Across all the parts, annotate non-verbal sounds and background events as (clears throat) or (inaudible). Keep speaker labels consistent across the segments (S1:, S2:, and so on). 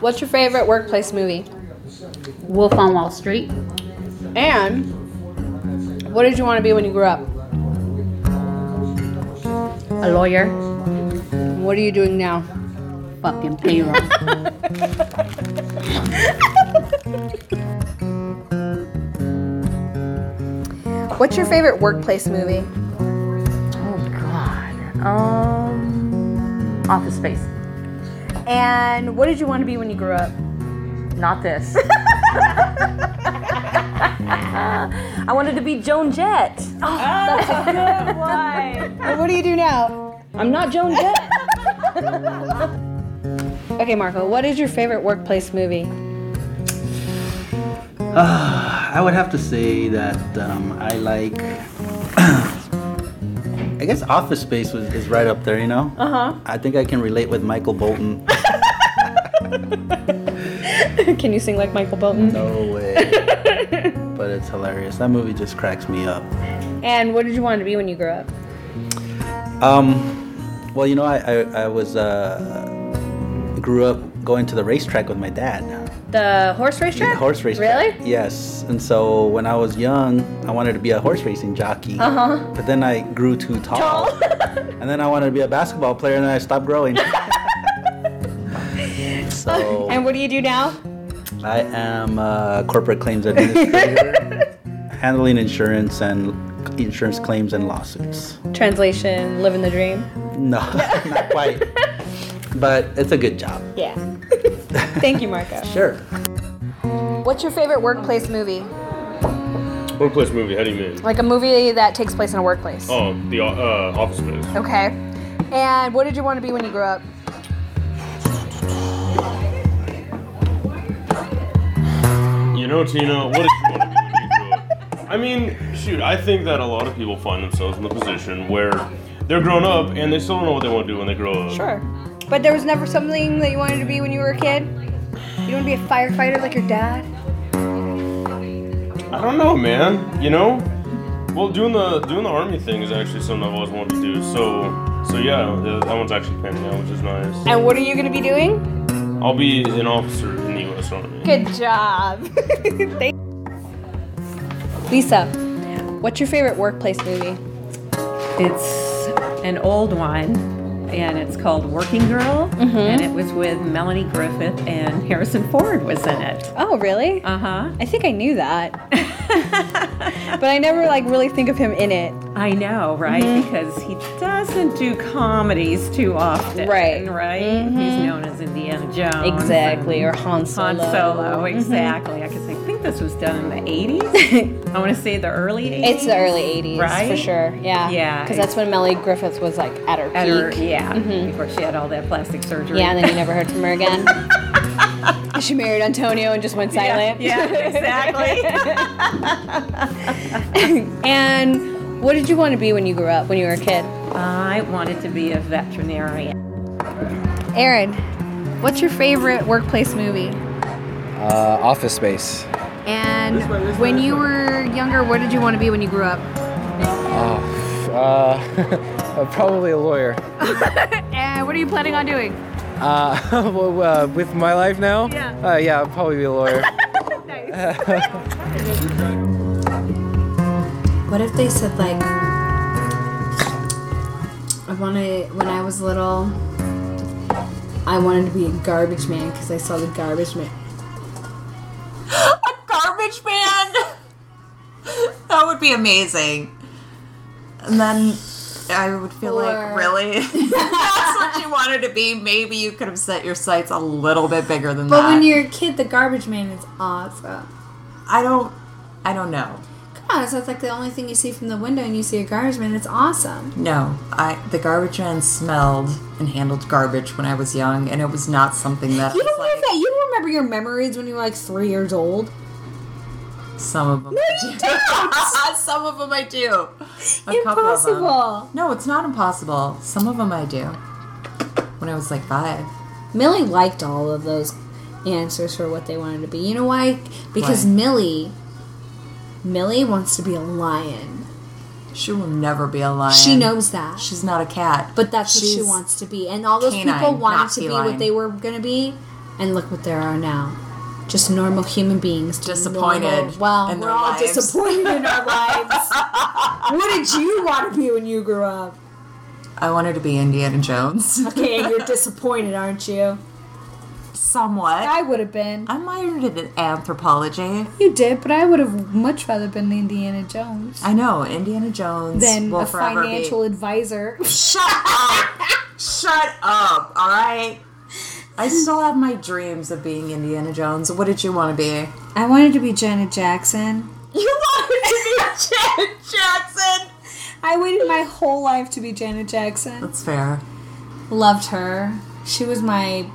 S1: What's your favorite workplace movie?
S2: Wolf on Wall Street.
S1: And what did you want to be when you grew up?
S2: A lawyer.
S1: What are you doing now? (laughs)
S2: Fucking payroll.
S1: What's your favorite workplace movie?
S2: oh God. Um. Office Space.
S1: And what did you want to be when you grew up? (laughs)
S2: Not this.
S3: I wanted to be Joan Jett.
S1: Oh, And (laughs) what do you do now?
S3: I'm not Joan Jett.
S1: (laughs) Okay, Marco, what is your favorite workplace movie?
S4: I would have to say that um, I like. (coughs) I guess Office Space was, is right up there, you know? Uh
S1: Uh-huh.
S4: huh. I think I can relate with
S1: (laughs)
S4: Michael Bolton.
S1: (laughs) Can you sing like Michael Bolton?
S4: No
S1: (laughs)
S4: way. but it's hilarious. That movie just cracks me up.
S1: And what did you want to be when you grew up?
S4: Um, well, you know, I, I, I was, uh, grew up going to the racetrack with my dad.
S1: The horse race track?
S4: The horse race.
S1: Really?
S4: Yes. And so when I was young, I wanted to be a horse racing jockey. Uh huh. But then I grew too tall.
S1: Uh-huh. Tall.
S4: and then I wanted to be a basketball player, and then I stopped growing. (laughs) so
S1: (laughs) And what do you do now?
S4: (laughs) I am a corporate claims administrator, (laughs) handling insurance and insurance claims and lawsuits.
S1: Translation, living the dream.
S4: No, (laughs) not quite. But it's a good job.
S1: Yeah. (laughs) Thank you, Marco.
S4: Sure.
S1: What's your favorite workplace movie?
S5: Workplace movie. How do you mean?
S1: Like a movie that takes place in a workplace.
S5: Oh, the uh, Office Space.
S1: Okay. And what did you want to be when you grew up?
S5: You know, Tina, what did you want to be when you grew up? I mean, shoot, I think that a lot of people find themselves in the position where they're grown up and they still don't know what they want to do when they grow up.
S1: Sure. But there was never something that you wanted to be when you were a kid? You want to be a firefighter like your dad?
S5: I don't know, man. You know? Well, doing the doing the army thing is actually something I've always wanted to do. So, so yeah, uh, that one's actually panning out, which is nice.
S1: And what are you going to be doing?
S5: I'll be an officer in the U.S. Army.
S1: Good job. (laughs) Thank- Lisa, what's your favorite workplace movie?
S6: It's an old one, and it's called Working Girl,
S1: Mm-hmm.
S6: and it was with Melanie Griffith and Harrison Ford was in it.
S1: Oh, really?
S6: Uh huh.
S1: I think I knew that. (laughs) but I never like really think of him in it.
S6: (laughs) I know, right?
S1: Mm-hmm.
S6: Because he doesn't do comedies too often,
S1: Right. Mm-hmm.
S6: Right? He's known as Indiana Jones, and
S1: Exactly, or Han
S6: Han
S1: Solo. Mm-hmm.
S6: Solo, exactly. I guess I think this was done in the
S1: (laughs)
S6: 80s. I want to say the early 80s.
S1: It's the early 80s, for
S6: Right?
S1: sure. Yeah.
S6: Yeah,
S1: Because that's when Melly Griffith was like at her
S6: At
S1: peak. Mm-hmm.
S6: her, yeah, before she had all that plastic surgery.
S1: Yeah, and then you never heard from her again. she married Antonio and just went silent.
S6: (laughs) Yeah,
S1: (laughs)
S6: exactly.
S1: And what did you want to be when you grew up, when you were a kid?
S6: I wanted to be a veterinarian.
S1: Aaron, what's your favorite workplace movie?
S7: Uh, office Space.
S1: And when you were younger, what did you want to be when you grew up?
S7: Uh, (laughs) probably a lawyer.
S1: And Eh, what are you planning on doing?
S7: Uh, (laughs) well, uh, with my life now?
S1: Yeah.
S7: Uh, yeah, I'll probably be a lawyer.
S8: What if they said like I wanna when I was little I wanted to be a garbage man because I saw the garbage man.
S9: a garbage man. that would be amazing. And then I would feel
S8: Or-
S9: like,
S8: (laughs)
S9: really? That's what you wanted to be. Maybe you could have set your sights a little bit bigger than
S8: But
S9: that.
S8: when you're a kid, the garbage man is awesome.
S9: I don't, I don't know.
S8: Come on, so that's like the only thing you see from the window, and you see a garbage man. It's awesome.
S9: No, I the garbage man smelled and handled garbage when I was young, and it was not something that
S8: You
S9: was
S8: don't
S9: like
S8: remember that. You don't remember your memories when you were like three
S9: (laughs)
S8: years old.
S9: some of them. some of them I do. A couple of them.
S8: Impossible.
S9: No, it's not impossible. Some of them I do. When I was like five.
S8: Millie liked all of those answers for what they wanted to be. You know why? Because
S9: Why?
S8: Millie, Millie wants to be a lion.
S9: She will never be a lion.
S8: She knows that.
S9: She's not a cat.
S8: But that's what she
S9: She's-
S8: wants to be. And all those
S9: Canine,
S8: people wanted
S9: not
S8: to be
S9: feline.
S8: what they were going to be. and look what there are now. Just normal human beings. doing
S9: Disappointed
S8: normal- well,
S9: in
S8: we're
S9: their
S8: all
S9: lives.
S8: disappointed in our
S9: (laughs)
S8: lives. what did you want to be when you grew up?
S9: I wanted to be Indiana
S8: (laughs)
S9: Jones.
S8: Okay, you're disappointed, aren't you?
S9: Somewhat.
S8: I would have been.
S9: I minored in anthropology.
S8: You did, but I would have much rather been the Indiana Jones
S9: I know Indiana Jones
S8: than
S9: will
S8: a
S9: forever
S8: financial advisor. (laughs)
S9: Be. Shut up! Shut up! All right. I still have my dreams of being Indiana Jones. What did you want to be?
S8: I wanted to be Janet Jackson.
S9: You wanted to be Janet Jackson.
S8: I waited my whole life to be Janet Jackson.
S9: That's fair.
S8: Loved her. She was my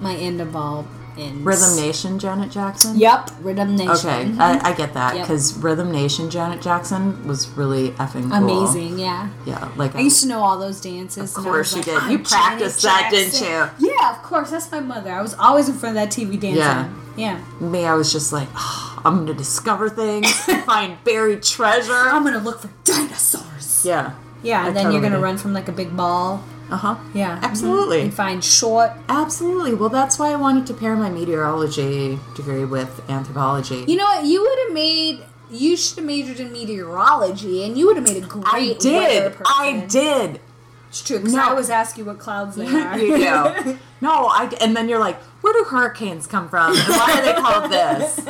S8: my end of all ends.
S9: Rhythm Nation, Janet Jackson.
S8: Yep, Rhythm Nation.
S9: Okay, I, I get that
S8: Mm-hmm. Yep.
S9: because Rhythm Nation, Janet Jackson was really effing cool.
S8: Mm-hmm. Amazing, yeah.
S9: Yeah, like
S8: I used to know all those dances.
S9: Of
S8: and I
S9: course
S8: was
S9: you
S8: like,
S9: did. You
S8: "I'm
S9: practiced
S8: Janet
S9: that, didn't
S8: Jackson." Yeah, of course. That's my mother. I was always in front of that TV dancing.
S9: Yeah.
S8: yeah.
S9: me, I was just like, "Ah, I'm gonna discover (laughs) things,
S8: (laughs)
S9: find buried treasure.
S8: I'm gonna look for dinosaurs.
S9: Yeah.
S8: Yeah,
S9: I
S8: and then you're
S9: totally
S8: gonna
S9: did.
S8: run from like a big ball.
S9: Uh huh.
S8: Yeah, Mm-hmm.
S9: Absolutely.
S8: And find short.
S9: Absolutely. Well, that's why I wanted to pair my meteorology degree with anthropology.
S8: You know what? You would have made. You should have majored in meteorology, and you would have made a great
S9: I
S8: weather
S9: did.
S8: person.
S9: I did.
S8: It's true. Because
S9: No.
S8: I always ask you what clouds they are.
S9: You (laughs) do. no, I. And then you're like, where do hurricanes come from? And why are they called (laughs) this?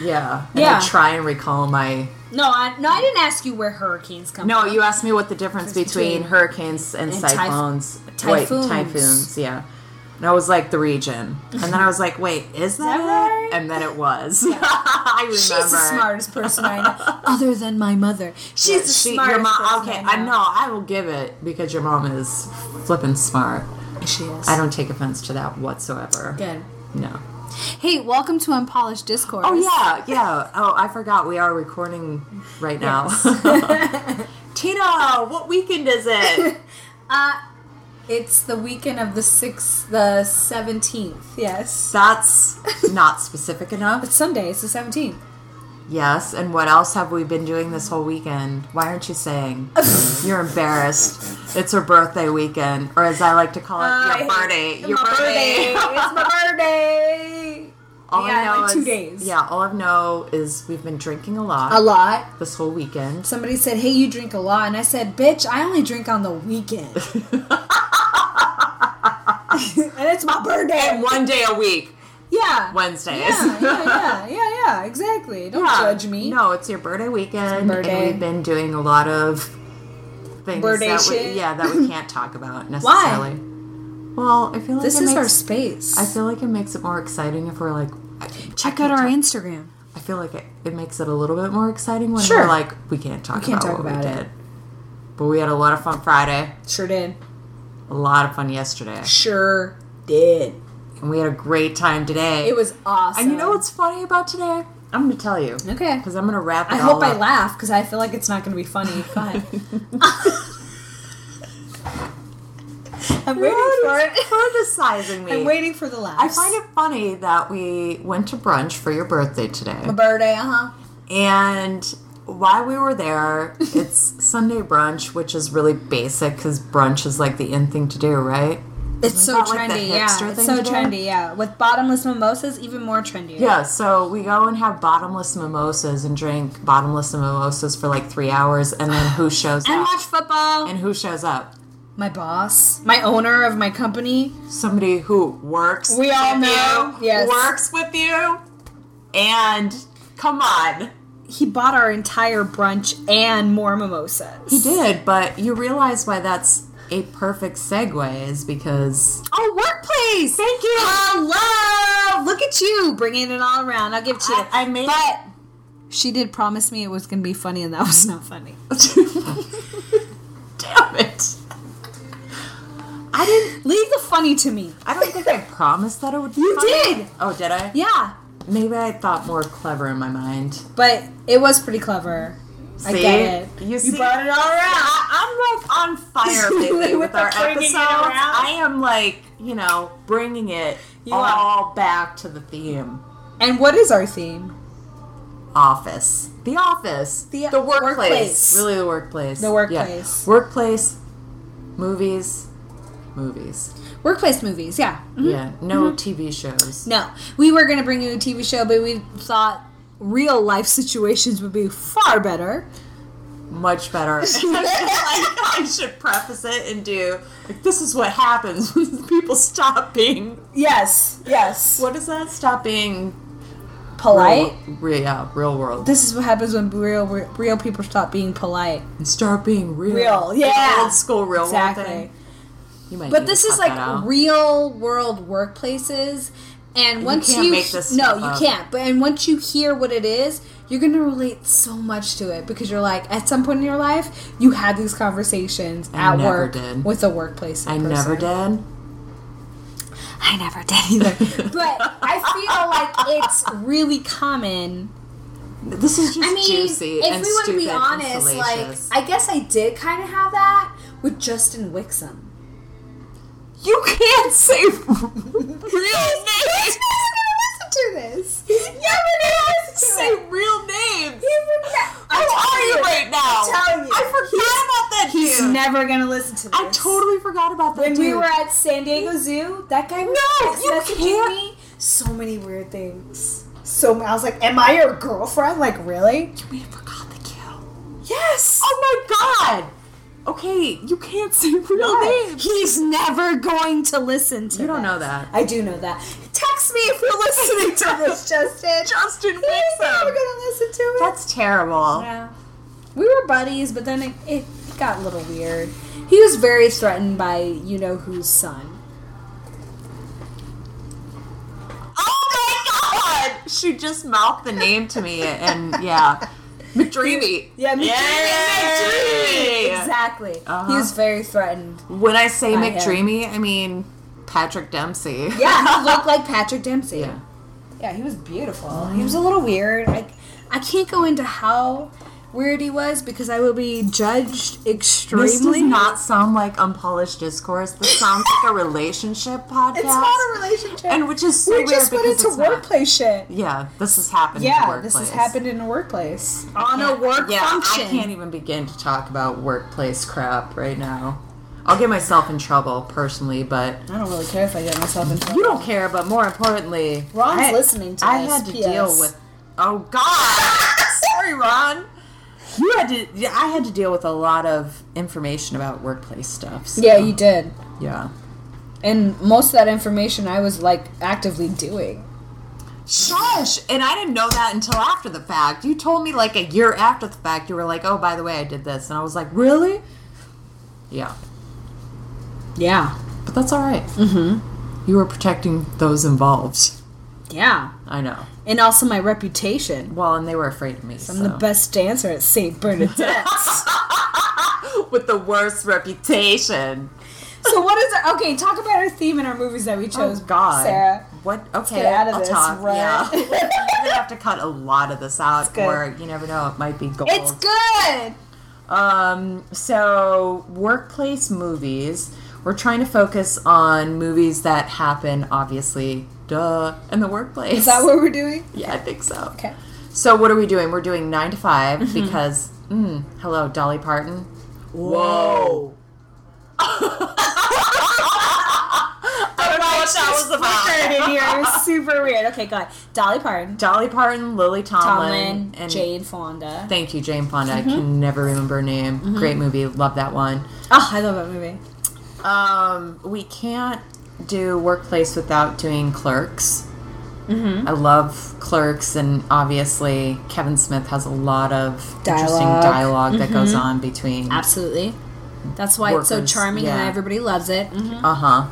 S9: Yeah. And
S8: Yeah.
S9: I try and recall my
S8: (laughs) No, I, no, I didn't ask you where hurricanes come.
S9: No,
S8: from.
S9: you asked me what the difference
S8: Difference
S9: between,
S8: between-
S9: hurricanes and,
S8: and typh-
S9: cyclones. Wait,
S8: typhoons.
S9: typhoons, yeah. And I was like, the region. And then I was like, wait, is that,
S8: that
S9: it? And then it was. (laughs) I remember.
S8: She's the smartest person I
S9: (laughs)
S8: know, other than my mother. She's the
S9: She-
S8: smartest.
S9: your mom,
S8: person
S9: okay,
S8: I
S9: I
S8: know.
S9: know. I will give it because your mom is flippin' smart.
S8: She is.
S9: I don't take offense to that whatsoever.
S8: Good.
S9: No.
S8: Hey, welcome to Unpolished Discourse.
S9: Oh, yeah, yeah. Oh, I forgot we are recording right now. (laughs) Tina, what weekend is
S8: (laughs)
S9: it?
S8: (laughs) Uh, it's the weekend of the sixth, the seventeenth. Yes.
S9: That's not specific enough.
S8: But Sunday is the seventeenth.
S9: Yes, and what else have we been doing this whole weekend? Why aren't you
S8: (laughs)
S9: saying? You're embarrassed. It's her birthday weekend, or as I like to call it, your
S8: Uh,
S9: birthday. Your birthday. (laughs)
S8: it's my birthday.
S9: All
S8: Yeah,
S9: I know
S8: like two
S9: is-
S8: days.
S9: Yeah, all I know is we've been drinking a lot
S8: A lot.
S9: this whole weekend.
S8: Somebody said, "Hey, you drink a lot," and I said, "Bitch, I only drink on
S9: (laughs)
S8: the weekend." (laughs) and it's my birthday.
S9: One day a week,
S8: Yeah.
S9: Wednesdays.
S8: Yeah, yeah, yeah, yeah, yeah, exactly. Don't
S9: Yeah.
S8: judge me.
S9: (laughs) No, it's your birthday weekend,
S8: birthday.
S9: and we've been doing a lot of things
S8: Birthday
S9: that
S8: shit.
S9: we yeah that we can't talk
S8: (laughs)
S9: about necessarily. Well, I feel like
S8: This
S9: it
S8: is our
S9: makes-
S8: space.
S9: I feel like it makes it more exciting if we're like,
S8: Check out our Instagram.
S9: I feel like it, it makes it a little bit more exciting when
S8: Sure.
S9: we're like, we can't talk
S8: can't
S9: about
S8: talk
S9: what
S8: about
S9: we
S8: it.
S9: did. But we had a lot of fun Friday,
S8: Sure did.
S9: a lot of fun yesterday,
S8: Sure did.
S9: and we had a great time today.
S8: It was awesome.
S9: And you know what's funny about today? I'm gonna tell you
S8: okay?
S9: because I'm gonna wrap it
S8: I
S9: all
S8: hope I
S9: up.
S8: laugh because I feel like it's not going to
S9: (laughs)
S8: be funny. Go ahead. I'm waiting for
S9: (laughs) You're
S8: it.
S9: criticizing
S8: (laughs)
S9: me.
S8: I'm waiting for the laugh.
S9: I find it funny that we went to brunch for your birthday today.
S8: my birthday. Uh huh.
S9: And while we were (laughs) there, it's Sunday brunch, which is really basic because brunch is like the in thing to do, right?
S8: It's so
S9: that like the
S8: trendy, yeah.
S9: hipster
S8: It's
S9: thing
S8: so
S9: to do?
S8: trendy, yeah. With bottomless mimosas, even more trendy.
S9: Yeah, so we go and have bottomless mimosas and drink bottomless mimosas for like three hours, and then (sighs) who shows
S8: And
S9: up?
S8: watch football.
S9: And who shows up?
S8: my boss, my owner of my company.
S9: Somebody who works.
S8: We all
S9: with
S8: know,
S9: You,
S8: yes.
S9: Works with you, and come on.
S8: He bought our entire brunch and more mimosas.
S9: He did, but you realize why that's a perfect segue is because
S8: Oh, workplace! Thank you. Hello. Look at you bringing it all around. I'll give it to you.
S9: I- I made-
S8: but she did promise me it was going to be funny, and that was not (laughs) funny.
S9: damn it. I didn't.
S8: Leave the funny to me.
S9: I don't think I promised that it would. Be
S8: You
S9: funny.
S8: did.
S9: Oh, did I?
S8: Yeah,
S9: Maybe I thought more clever in my mind.
S8: but it was pretty clever. I
S9: See?
S8: get it.
S9: You, brought it all around. I, am like on fire lately with,
S8: With
S9: our
S8: the bringing
S9: episodes.
S8: it around.
S9: I am like, you know, bringing it all back to the theme
S8: And what is our theme?
S9: office. The office.
S8: The
S9: workplace.
S8: workplace.
S9: Really, the workplace.
S8: The
S9: Yeah.
S8: workplace.
S9: Workplace, movies, movies.
S8: Workplace movies, yeah. Mhm.
S9: Yeah, no TV shows.
S8: No, we were going to bring you a TV show, but we thought real life situations would be
S9: (laughs)
S8: far better.
S9: Much better. I feel like I should preface it and do like this is what happens (laughs) when people stop being.
S8: Yes, yes.
S9: What is that? Stop being
S8: Polite.
S9: Real, yeah, real world.
S8: This is what happens when real real people stop being polite.
S9: And start being real.
S8: Real,
S9: Like
S8: yeah.
S9: Old school real
S8: Exactly.
S9: world thing. You might
S8: But
S9: need
S8: this
S9: to
S8: is
S9: cut
S8: like
S9: that out.
S8: real world workplaces, and once
S9: can't
S8: you
S9: make this
S8: no,
S9: stuff
S8: you
S9: up.
S8: can't. But and once you hear what it is, you're gonna relate so much to it because you're like, at some point in your life, you had these conversations
S9: I
S8: at
S9: never
S8: work
S9: did.
S8: with a workplace.
S9: I
S8: person.
S9: never did.
S8: I never did either. but (laughs) I feel like it's really common.
S9: This is just
S8: I mean,
S9: juicy
S8: if
S9: and
S8: we want to
S9: stupid
S8: be
S9: and
S8: honest, like
S9: salacious.
S8: I guess I did kind of have that with Justin Wixom.
S9: you can't say (laughs)
S8: (laughs) Real names. Listen to this. He's never gonna listen (laughs)
S9: say real names.
S8: I'm
S9: How are you
S8: telling
S9: right now?
S8: I'm telling you.
S9: I forgot about that
S8: He's
S9: dude.
S8: never gonna listen to this.
S9: I totally forgot about that
S8: When
S9: dude.
S8: we were at San Diego Zoo, that guy was
S9: No,
S8: text
S9: you
S8: messaging
S9: can't-
S8: me so many weird things. So I was like, "Am I your girlfriend? Like, really?"
S9: we forgot the kill.
S8: Yes.
S9: Oh my god. Okay, you can't say real names.
S8: He's never going to listen to.
S9: You don't
S8: this.
S9: know that.
S8: I do know that. Text me if you're listening (laughs) to this, Justin.
S9: Justin
S8: He's never
S9: Wixom.
S8: gonna listen to it.
S9: That's terrible.
S8: Yeah. We were buddies, but then it, it got a little weird. He was very threatened by you know whose son.
S9: Oh my god! She just mouthed the name to me, and
S8: (laughs)
S9: yeah, McDreamy.
S8: Yeah, me
S9: Yay!
S8: Exactly. He
S9: Uh-huh.
S8: was very threatened.
S9: When I say
S8: By him.
S9: McDreamy, I mean Patrick Dempsey.
S8: Yeah, he (laughs) looked like Patrick Dempsey.
S9: Yeah.
S8: Yeah, he was beautiful. He was a little weird. I, I can't go into how weird he was because I will be judged extremely.
S9: (laughs) This does not sound like unpolished discourse. This sounds like a relationship podcast.
S8: It's not a relationship.
S9: and which is so
S8: we
S9: weird
S8: just went
S9: because
S8: into
S9: it's not-
S8: workplace shit.
S9: Yeah, this has happened. in
S8: Yeah,
S9: the
S8: this has
S9: workplace.
S8: happened in a workplace on a work
S9: Yeah,
S8: function.
S9: I can't even begin to talk about workplace crap right now. I'll get myself in trouble personally, but
S8: I don't really care if I get myself in trouble.
S9: you don't care. But more importantly,
S8: Ron's
S9: I-
S8: listening to
S9: I
S8: this,
S9: had to
S8: PS.
S9: deal with. Oh God! (laughs) Sorry, Ron. You had to. yeah, I had to deal with a lot of information about workplace stuff. so-
S8: Yeah, you did.
S9: yeah.
S8: And most of that information I was like actively doing.
S9: Shush! And I didn't know that until after the fact. You told me like a year after the fact. You were like, "Oh, by the way, I did this," and I was like, "Really?" Yeah,
S8: Yeah.
S9: but that's all right. Mm-hmm. You were protecting those involved.
S8: Yeah.
S9: I know.
S8: And also my reputation.
S9: Well, and they were afraid of me. So.
S8: I'm the best dancer at
S9: (laughs)
S8: St. Bernadette's.
S9: with the worst reputation.
S8: so what is our okay, talk about our theme and our movies that we
S9: Oh
S8: chose.
S9: God!
S8: Sarah.
S9: what? Okay,
S8: get out of
S9: I'll
S8: this,
S9: talk.
S8: right?
S9: Yeah, (laughs) you're gonna have to cut a lot of this out,
S8: good.
S9: or you never know, it might be gold.
S8: (laughs) It's good.
S9: Um, so workplace movies. We're trying to focus on movies that happen, obviously, duh, in the workplace.
S8: Is that what we're doing?
S9: (laughs) Yeah, I think so.
S8: Okay. Mm-hmm.
S9: So what are we doing? We're doing nine to 5 because, mm, hello, Dolly Parton. (laughs) Whoa. I don't know what that was about.
S8: Right in here. It was super weird. Okay, God. Dolly Parton.
S9: Dolly Parton, Lily Tomlin, Mm-hmm.
S8: Tomlin,
S9: and
S8: Jade Fonda.
S9: Thank you, Jane Fonda. I can never remember her name. Great movie. Love that one.
S8: Oh, I love that movie.
S9: Um, we can't do workplace without doing clerks. I love clerks, and obviously Kevin Smith has a lot of interesting
S8: Dialogue.
S9: dialogue Mm-hmm. that goes on between.
S8: Absolutely. That's why it's so
S9: Workers,
S8: charming and
S9: yeah.
S8: everybody loves it.
S9: Uh huh.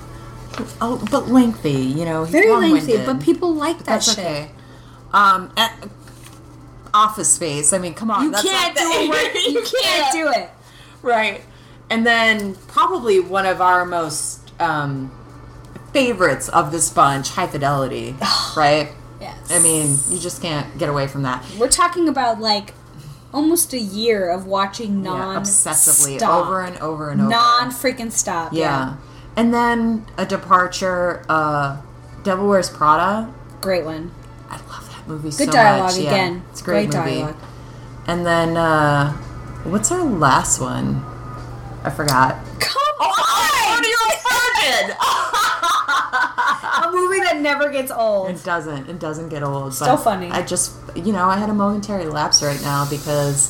S9: Oh, but lengthy. You know, he's
S8: Very lengthy,
S9: long-winded.
S8: but people like that
S9: That's
S8: shit.
S9: okay. Um, and- Office Space. I mean, come on.
S8: You
S9: that's
S8: can't do
S9: not the-
S8: it.
S9: (laughs)
S8: work- You can't do it.
S9: Right. And then probably one of our most um, favorites of this bunch, High
S8: (sighs)
S9: Fidelity. right?
S8: Yes.
S9: I mean, you just can't get away from that.
S8: we're talking about like almost a year of watching
S9: Yeah,
S8: non
S9: obsessively, over and over and over.
S8: non freaking stop.
S9: yeah. And then a departure, uh, Devil Wears Prada.
S8: Great one.
S9: I love that movie so
S8: Good
S9: much.
S8: dialogue
S9: Yeah,
S8: again.
S9: It's a great,
S8: Great
S9: movie.
S8: dialogue.
S9: And then, uh, what's our last one? I forgot. Oh,
S8: Come on!
S9: Audio virgin!
S8: never gets old.
S9: It doesn't. It doesn't get old.
S8: Still
S9: but
S8: funny.
S9: I just, you know, I had a momentary lapse right now because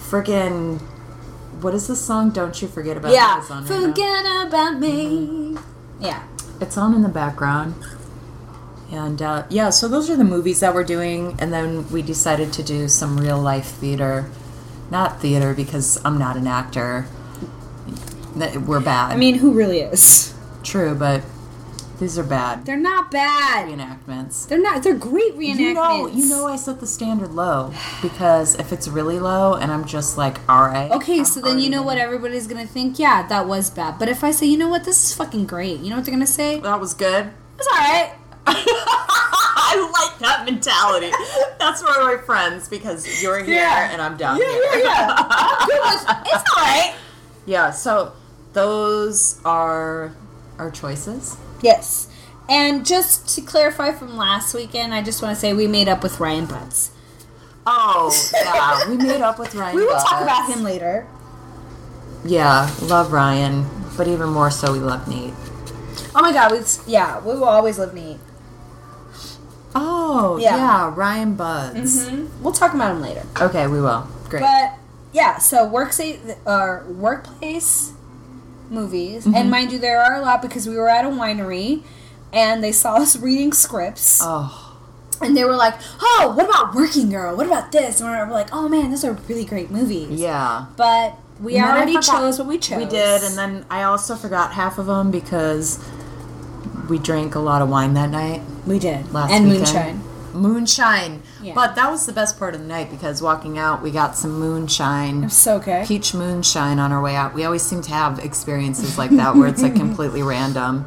S9: freaking, what is this song? Don't you forget about Me
S8: Yeah.
S9: is on right now.
S8: Forget about me. Yeah.
S9: It's on in the background. And uh, yeah, so those are the movies that we're doing, and then we decided to do some real life theater, not theater because I'm not an actor. That- We're bad.
S8: I mean, who really is?
S9: true, but these are bad
S8: They're not bad.
S9: reenactments.
S8: They're not. They're great reenactments.
S9: You know, you know, I set the standard low because if it's really low and I'm just like, all right.
S8: Okay,
S9: I'm
S8: so then
S9: already
S8: you know what
S9: gonna-
S8: everybody's gonna think. Yeah, that was bad. But if I say, you know what, this is fucking great. You know what they're gonna say? It's
S9: That was good. (laughs)
S8: all right.
S9: I like that mentality. That's where we're friends because you're here
S8: Yeah.
S9: and I'm down here.
S8: it's all right.
S9: Yeah, so those are our choices.
S8: Yes. And just to clarify from last weekend, I just want to say we made up with Ryan Butts.
S9: Oh, yeah, we made up with Ryan.
S8: We will talk
S9: Butts.
S8: about him later.
S9: Yeah, love Ryan, but even more so, we love Nate.
S8: Oh my god, we yeah, we will always love Nate.
S9: Oh,
S8: Yeah. Mm-hmm.
S9: yeah, Ryan Buds.
S8: We'll talk about him later.
S9: Okay, we will. Great.
S8: But yeah, so work or workplace movies,
S9: Mm-hmm.
S8: and mind you, there are a lot because we were at a winery, and they saw us reading scripts,
S9: oh,
S8: and they were like, "Oh, what about Working Girl? What about this?" And we're like, "Oh man, those are really great movies."
S9: yeah.
S8: But we
S9: And then I
S8: already
S9: forgot-
S8: chose what we chose.
S9: We did, and then I also forgot half of them because we drank a lot of wine that night.
S8: we did
S9: last
S8: and
S9: weekend.
S8: Moonshine.
S9: Moonshine.
S8: Yeah.
S9: But that was the best part of the night because walking out, we got some moonshine.
S8: So okay.
S9: peach moonshine on our way out. We always seem to have experiences like that where
S8: (laughs)
S9: it's like completely random.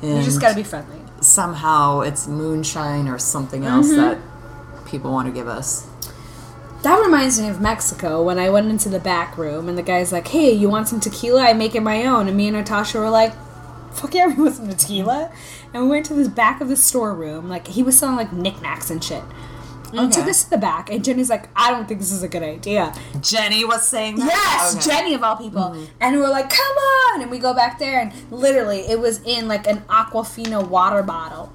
S9: And
S8: You just gotta be friendly.
S9: somehow it's moonshine or something else
S8: Mm-hmm.
S9: that people want to give us.
S8: That reminds me of Mexico when I went into the back room and the guy's like, "Hey, you want some tequila? I make it my own." And me and Natasha were like, "Fuck yeah, (laughs) we want some tequila!" And we went to this back of the storeroom. Like he was selling like knickknacks and shit. And we took
S9: Okay.
S8: us to the back, and Jenny's like, "I don't think this is a good idea."
S9: Jenny was saying that.
S8: Yes,
S9: Okay.
S8: Jenny of all people. And we're like, "Come on!" And we go back there, and literally, it was in like an Aquafina water bottle,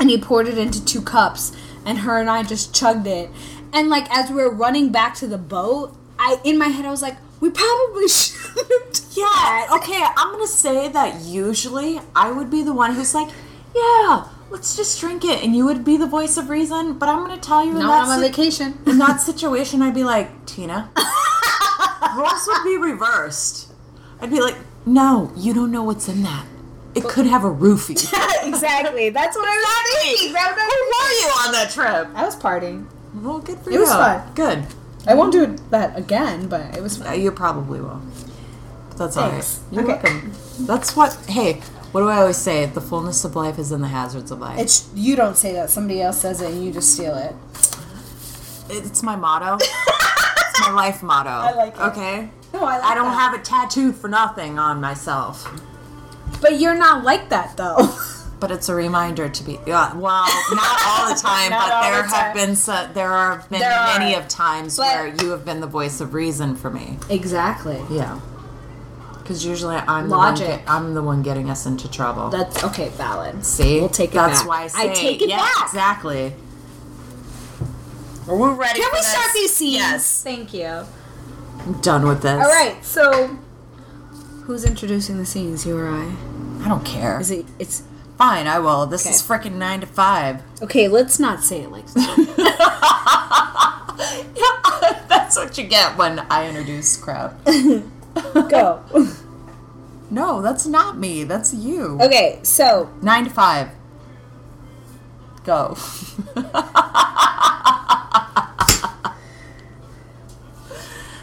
S8: and he poured it into two cups, and her and I just chugged it. And like as we were running back to the boat, I in my head I was like, "We probably (laughs) should."
S9: Yeah, okay, I'm gonna say that usually I would be the one who's like, yeah, let's just drink it, and you would be the voice of reason, but I'm gonna tell you in,
S8: No,
S9: that,
S8: I'm on
S9: si-
S8: vacation.
S9: in
S8: (laughs)
S9: that situation, I'd be like, Tina, roles would be reversed. I'd be like, no, you don't know what's in that. It could have a roofie.
S8: (laughs) exactly. That's what I was thinking. That was-
S9: you on that trip?
S8: I was partying.
S9: Well, good for
S8: It
S9: you.
S8: was fun.
S9: Good.
S8: I won't do that again, but it was fun.
S9: Uh, You probably will. That's
S8: Thanks.
S9: all right. You're
S8: Okay.
S9: welcome. That's what. Hey, what do I always say? The fullness of life is in the hazards of life.
S8: It's you don't say that. Somebody else says it, and you just steal it.
S9: It's my
S8: (laughs)
S9: motto. it's my life motto. I
S8: like it.
S9: Okay.
S8: No, I, like
S9: I don't
S8: that.
S9: have it tattooed for nothing on myself,
S8: But you're not like that though.
S9: but it's a reminder to be. Yeah, well, not
S8: (laughs)
S9: all the time,
S8: Not
S9: but
S8: all
S9: there
S8: the
S9: have
S8: time.
S9: been so, there have been
S8: There are.
S9: many of times
S8: But-
S9: where you have been the voice of reason for me.
S8: (laughs) Exactly.
S9: Yeah. Because usually I'm the one
S8: Logic.
S9: get- I'm the one getting us into trouble.
S8: That's okay. Valid.
S9: See,
S8: We'll take it
S9: That's
S8: back.
S9: why I, say,
S8: take it
S9: yeah,
S8: back.
S9: Exactly. Or we're ready.
S8: Can
S9: for
S8: we
S9: this.
S8: start these scenes?
S9: Yes.
S8: Thank you. All
S9: I'm done with this.
S8: right. So, who's introducing the scenes? You or I?
S9: I don't care.
S8: Is it? It's
S9: Fine, I will. This
S8: Okay.
S9: is freaking nine to five.
S8: okay. Let's not say it like
S9: (laughs)
S8: that.
S9: Yeah, that's what you get when I introduce crap.
S8: Go.
S9: No, that's not me. That's you.
S8: Okay. So
S9: Nine to five. Go.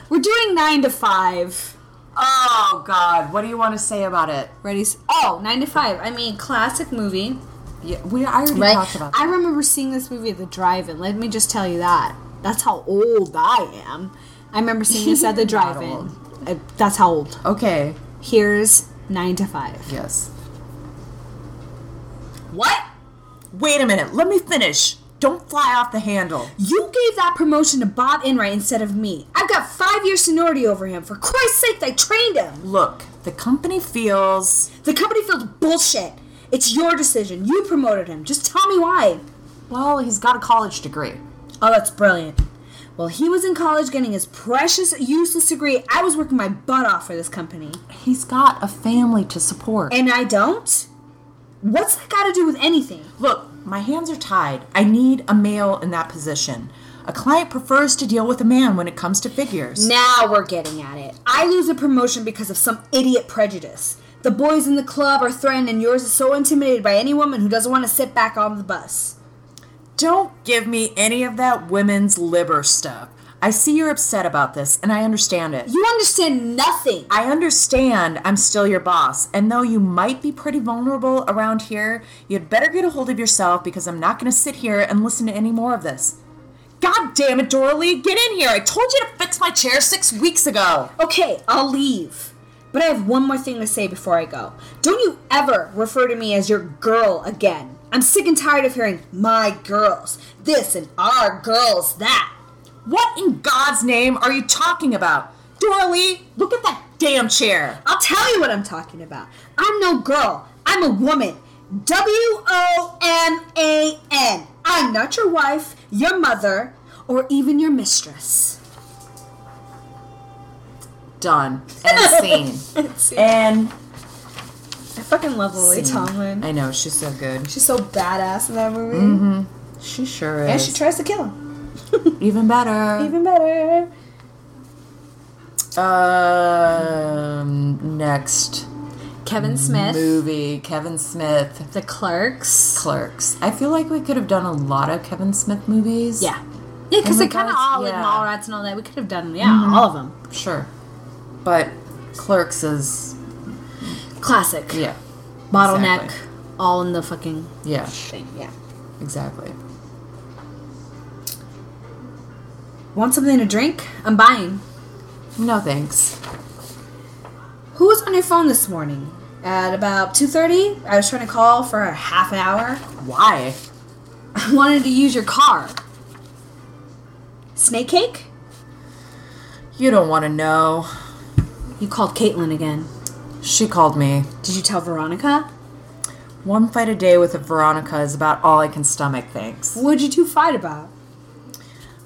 S8: we're doing nine to five.
S9: Oh God, what do you want to say about it?
S8: Ready? s- Oh, nine to five. I mean, classic movie.
S9: Yeah, we I already
S8: Right.
S9: talked about.
S8: I remember seeing this movie at the drive-in. Let me just tell you that. That's how old I am. I remember seeing this
S9: (laughs)
S8: at the
S9: Not Oh.
S8: drive-in. Uh, That's how old.
S9: that. Okay.
S8: Here's nine to five.
S9: Yes. What? Wait a minute. Let me finish. Don't fly off the handle.
S8: You gave that promotion to Bob Enright instead of me. I've got five years seniority over him. For Christ's sake, they trained him.
S9: Look, the company feels
S8: The company feels bullshit. It's your decision. You promoted him. Just tell me why.
S9: Well, he's got a college degree.
S8: Oh, that's brilliant. Well, he was in college getting his precious, useless degree. I was working my butt off for this company.
S9: He's got a family to support.
S8: And I don't? What's that got to do with anything?
S9: Look, my hands are tied. I need a male in that position. A client prefers to deal with a man when it comes to figures.
S8: Now we're getting at it. I lose a promotion because of some idiot prejudice. The boys in the club are threatened, and yours is so intimidated by any woman who doesn't want to sit back on the bus.
S9: Don't give me any of that women's liber stuff. I see you're upset about this, and I understand it.
S8: You understand nothing.
S9: I understand I'm still your boss, and though you might be pretty vulnerable around here, you'd better get a hold of yourself because I'm not going to sit here and listen to any more of this. God damn it, Doralee, get in here! I told you to fix my chair six weeks ago!
S8: Okay, I'll leave. But I have one more thing to say before I go. Don't you ever refer to me as your girl again. I'm sick and tired of hearing my girls, this and our girls, that.
S9: What in God's name are you talking about? Doralee, look at that damn chair!
S8: I'll tell you what I'm talking about. I'm no girl, I'm a woman. W O M A N. I'm not your wife, your mother, or even your mistress.
S9: Done.
S8: (laughs)
S9: And scene. and
S8: I fucking love Lily
S9: scene.
S8: Tomlin.
S9: I know, she's so good.
S8: She's so badass in that movie.
S9: She sure is.
S8: And she tries to kill him.
S9: Even better.
S8: Even better.
S9: Um, next
S3: Kevin Smith,
S9: movie, Kevin Smith,
S3: The Clerks.
S9: Clerks. I feel like we could have done a lot of Kevin Smith movies.
S3: Yeah. Yeah, because
S9: Oh my
S3: they kind of
S9: gosh,
S3: all with
S9: yeah.
S3: Mallrats and all that. We could have done, yeah,
S8: Mm-hmm.
S3: all of them.
S9: Sure. But Clerks is,
S3: Classic.
S9: yeah,
S3: Bottleneck.
S9: exactly.
S3: All in the fucking
S9: yeah,
S3: thing. Yeah.
S9: exactly.
S8: Want something to drink?
S3: I'm buying.
S9: No thanks.
S8: Who was on your phone this morning? At about 2.30, I was trying to call for a half an hour. (laughs)
S9: Why?
S3: I wanted to use your car.
S8: Snake cake?
S9: You don't want to know.
S3: You called Caitlin again.
S9: She called me.
S3: Did you tell Veronica?
S9: One fight a day with a Veronica is about all I can stomach, thanks.
S8: What'd you two fight about?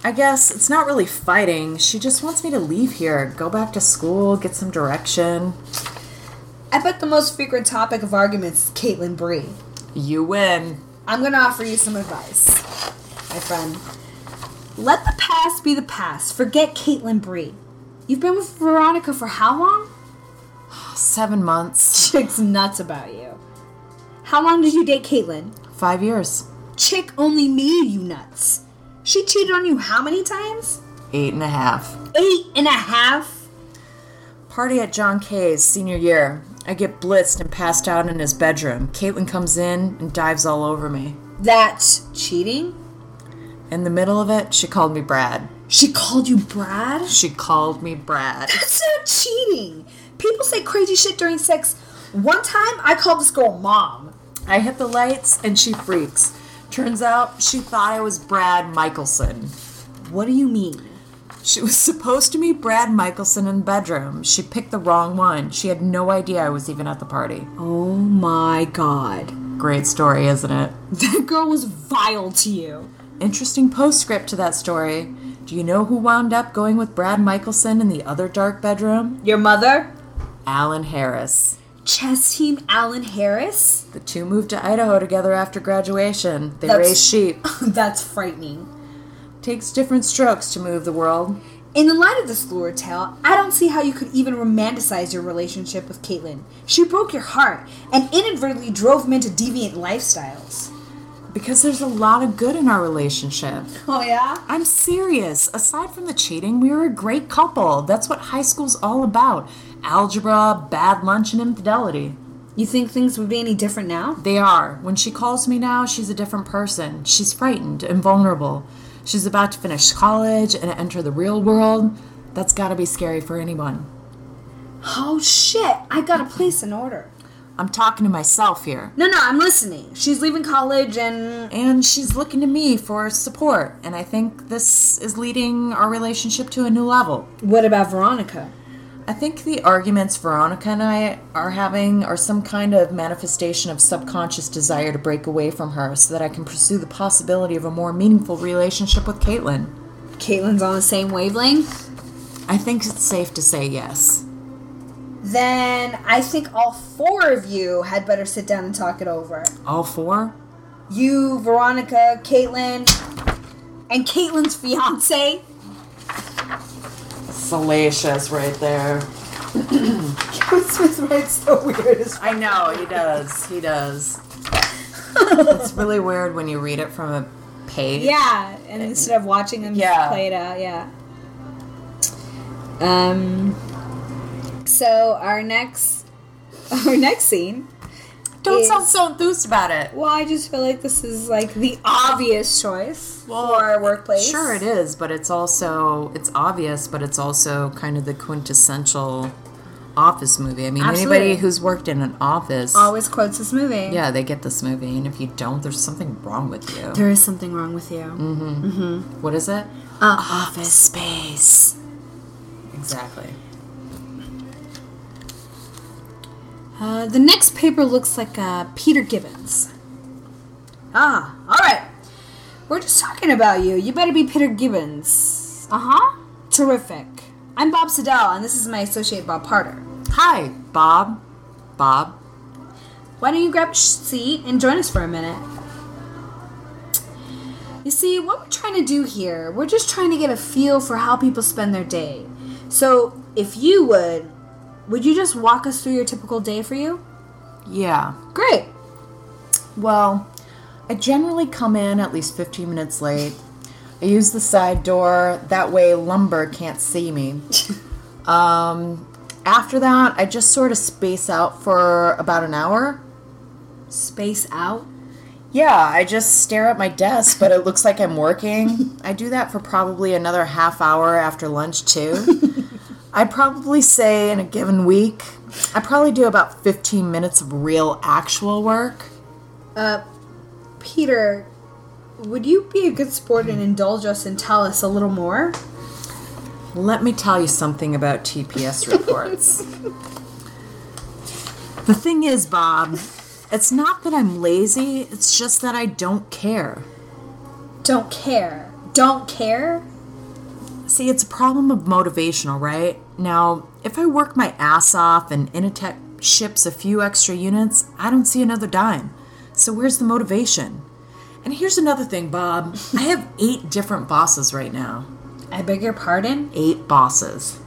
S9: I guess it's not really fighting. She just wants me to leave here, go back to school, get some direction.
S8: I bet the most frequent topic of arguments is Caitlin Bree.
S9: You win.
S8: I'm gonna offer you some advice, my friend. Let the past be the past. Forget Caitlin Bree. You've been with Veronica for how long? (laughs)
S9: Seven months.
S8: Chick's nuts about you. How long did you date Caitlin?
S9: Five years.
S8: Chick only made you nuts. She cheated on you how many times?
S9: Eight and a half.
S8: Eight and a half?
S9: Party at John K's senior year. I get blitzed and passed out in his bedroom. Caitlin comes in and dives all over me.
S8: That's cheating?
S9: In the middle of it, she called me Brad.
S8: She called you Brad?
S9: She called me Brad.
S8: That's not cheating. People say crazy shit during sex. One time I called this girl mom.
S9: I hit the lights and she freaks. Turns out she thought I was Brad Michelson.
S8: What do you mean?
S9: She was supposed to meet Brad Michelson in the bedroom. She picked the wrong one. She had no idea I was even at the party.
S8: Oh my god.
S9: Great story, isn't it?
S8: That girl was vile to you.
S9: Interesting postscript to that story. Do you know who wound up going with Brad Michelson in the other dark bedroom?
S8: Your mother?
S9: Alan Harris.
S8: Chess team Alan Harris?
S9: The two moved to Idaho together after graduation. They
S8: That's-
S9: raised sheep.
S8: (laughs) That's frightening.
S9: Takes different strokes to move the world.
S8: In the light of this lure tale, I don't see how you could even romanticize your relationship with Caitlin. She broke your heart and inadvertently drove men to deviant lifestyles.
S9: Because there's a lot of good in our relationship.
S8: Oh yeah?
S9: I'm serious. Aside from the cheating, we were a great couple. That's what high school's all about algebra, bad lunch, and infidelity.
S8: You think things would be any different now?
S9: They are. When she calls me now, she's a different person. She's frightened and vulnerable. She's about to finish college and enter the real world. That's gotta be scary for anyone.
S8: Oh shit, I gotta place an order.
S9: I'm talking to myself here.
S8: No, no, I'm listening. She's leaving college and.
S9: And she's looking to me for support. And I think this is leading our relationship to a new level.
S8: What about Veronica?
S9: I I think the arguments Veronica and I are having are some kind of manifestation of subconscious desire to break away from her so that I can pursue the possibility of a more meaningful relationship with Caitlin.
S8: Caitlin's on the same wavelength.
S9: I think it's safe to say yes.
S8: Then I think all four of you had better sit down and talk it over.
S9: All four?
S8: You, Veronica, Caitlin, and Caitlin's fiance.
S9: Salacious right there.
S8: Kevin Smith writes so weird. as-
S9: I know, he does. He does. it's really weird when you read it from a page.
S8: Yeah, and instead of watching them
S9: Yeah.
S8: play it out, yeah. Um. So our next, (laughs) our next scene.
S9: Don't
S8: is-
S9: sound so enthused about it.
S8: Well, I just feel like this is like the obvious choice for our workplace.
S9: Sure, it is, but it's also it's obvious, but it's also kind of the quintessential office movie. I mean,
S8: Absolutely.
S9: anybody who's worked in an office,
S8: Always quotes this movie.
S9: yeah, they get this movie, and if you don't, there's something wrong with you.
S3: There is something wrong with
S9: Mm.
S3: you.
S9: What is it? Ah,
S3: office space.
S9: Exactly.
S3: Uh, the next paper looks like uh, Peter Gibbons.
S8: Ah, all right. We're just talking about you. You better be Peter Gibbons.
S3: Uh huh.
S8: Terrific. I'm Bob Siddell, and this is my associate Bob Parter.
S9: Hi, Bob. Bob.
S8: Why don't you grab a sh- seat and join us for a minute? You see, what we're trying to do here, we're just trying to get a feel for how people spend their day. So, if you would, would you just walk us through your typical day for you?
S9: Yeah.
S8: Great.
S9: Well, I generally come in at least 15 minutes late. I use the side door, that way lumber can't see me. um, after that, I just sort of space out for about an hour.
S8: Space out.
S9: Yeah, I just stare at my desk, but it looks like I'm working. I do that for probably another half hour after lunch, too. I'd probably say in a given week, I probably do about 15 minutes of real, actual work.
S8: Uh, Peter, would you be a good sport and indulge us and tell us a little more?
S9: Let me tell you something about TPS reports. the thing is, Bob, it's not that I'm lazy, it's just that I don't care.
S8: Don't care. Don't care?
S9: See, it's a problem of motivational, right? Now, if I work my ass off and Initech ships a few extra units, I don't see another dime. So where's the motivation? And here's another thing, Bob. I have eight different bosses right now.
S8: I beg your pardon?
S9: Eight bosses.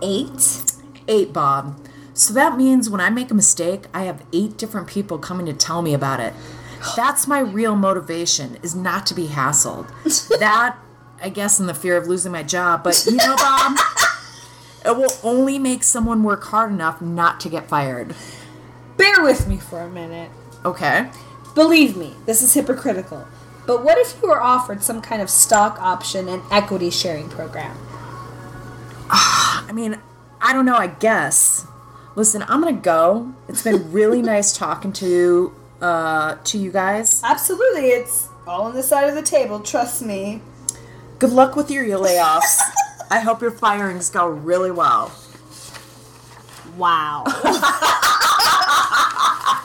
S8: Eight?
S9: eight, Bob. So that means when I make a mistake, I have eight different people coming to tell me about it. That's my real motivation is not to be hassled. That, I guess, in the fear of losing my job. But you know, Bob, it will only make someone work hard enough not to get fired.
S8: Bear with me for a minute.
S9: Okay.
S8: Believe me, this is hypocritical. But what if you were offered some kind of stock option and equity sharing program?
S9: I mean, I don't know, I guess. Listen, I'm gonna go. It's been really nice talking to uh to you guys.
S8: Absolutely, it's all on the side of the table, trust me.
S9: Good luck with your layoffs. I hope your firings go really well.
S8: Wow.
S9: (laughs)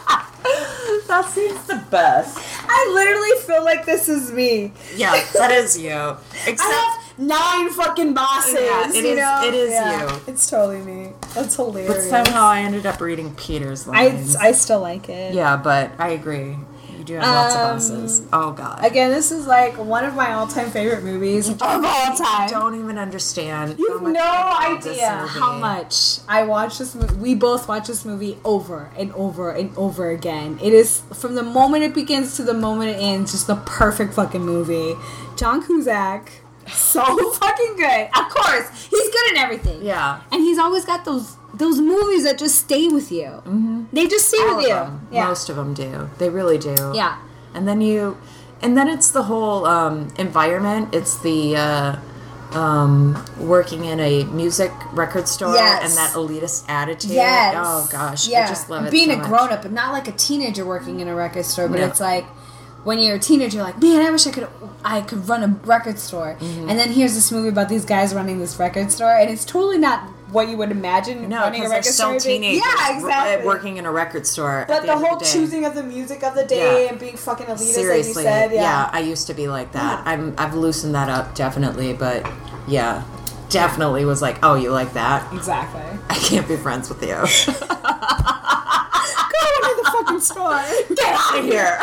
S9: That seems the best.
S8: I literally feel like this is me.
S9: Yeah, that is you.
S8: I have nine fucking bosses.
S9: Yeah, it
S8: you
S9: is-
S8: know?
S9: it is
S8: Yeah,
S9: you.
S8: It's totally me. That's hilarious.
S9: but somehow I ended up reading Peter's
S8: I,
S9: lines.
S8: I still like it.
S9: yeah, but I agree. You do have lots
S8: Um,
S9: of bosses. Oh god.
S8: Again, this is like one of my all-time favorite movies of all
S9: I
S8: time.
S9: (laughs) don't even understand.
S8: You
S9: how
S8: have
S9: much
S8: no
S9: I love this
S8: idea
S9: movie.
S8: how much I watched this movie. We both watched this movie over and over and over again. It is from the moment it begins to the moment it ends, just the perfect fucking movie. John Kuzak,
S9: (laughs)
S8: so fucking good. Of course, he's good in everything.
S9: Yeah.
S8: and he's always got those those movies that just stay with you. They just stay
S9: Mm-hmm. All
S8: with you.
S9: of them.
S8: Yeah,
S9: Most of them do. They really do.
S8: yeah.
S9: And then you, and then it's the whole um, environment. It's the uh, um, working in a music record store
S8: Yes.
S9: and that elitist attitude.
S8: Yes.
S9: Oh gosh, I just love it.
S8: Being
S9: so
S8: a
S9: much.
S8: grown up, but not like a teenager working in a record store. But
S9: No.
S8: it's like when you're a teenager, you're like, man, I wish I could, I
S9: Mm-hmm.
S8: could run a record store. And then here's this movie about these guys running this record store, and it's totally not what you would imagine
S9: No,
S8: running a
S9: because they're still
S8: record store. being.
S9: teenagers.
S8: Yeah,
S9: r- uh,
S8: exactly.
S9: Working in a record store. at
S8: But
S9: the,
S8: the,
S9: end of
S8: whole
S9: day.
S8: choosing of the music of the day
S9: Yeah.
S8: and being fucking elitist, like
S9: Seriously,
S8: you said,
S9: yeah.
S8: yeah.
S9: I used to be like that. I'm, I've loosened that up definitely, but yeah, definitely was like, oh, you like that?
S8: Exactly. (laughs)
S9: I can't be friends with you. (laughs)
S8: Go into the
S9: (laughs)
S8: fucking store.
S9: Get out of here.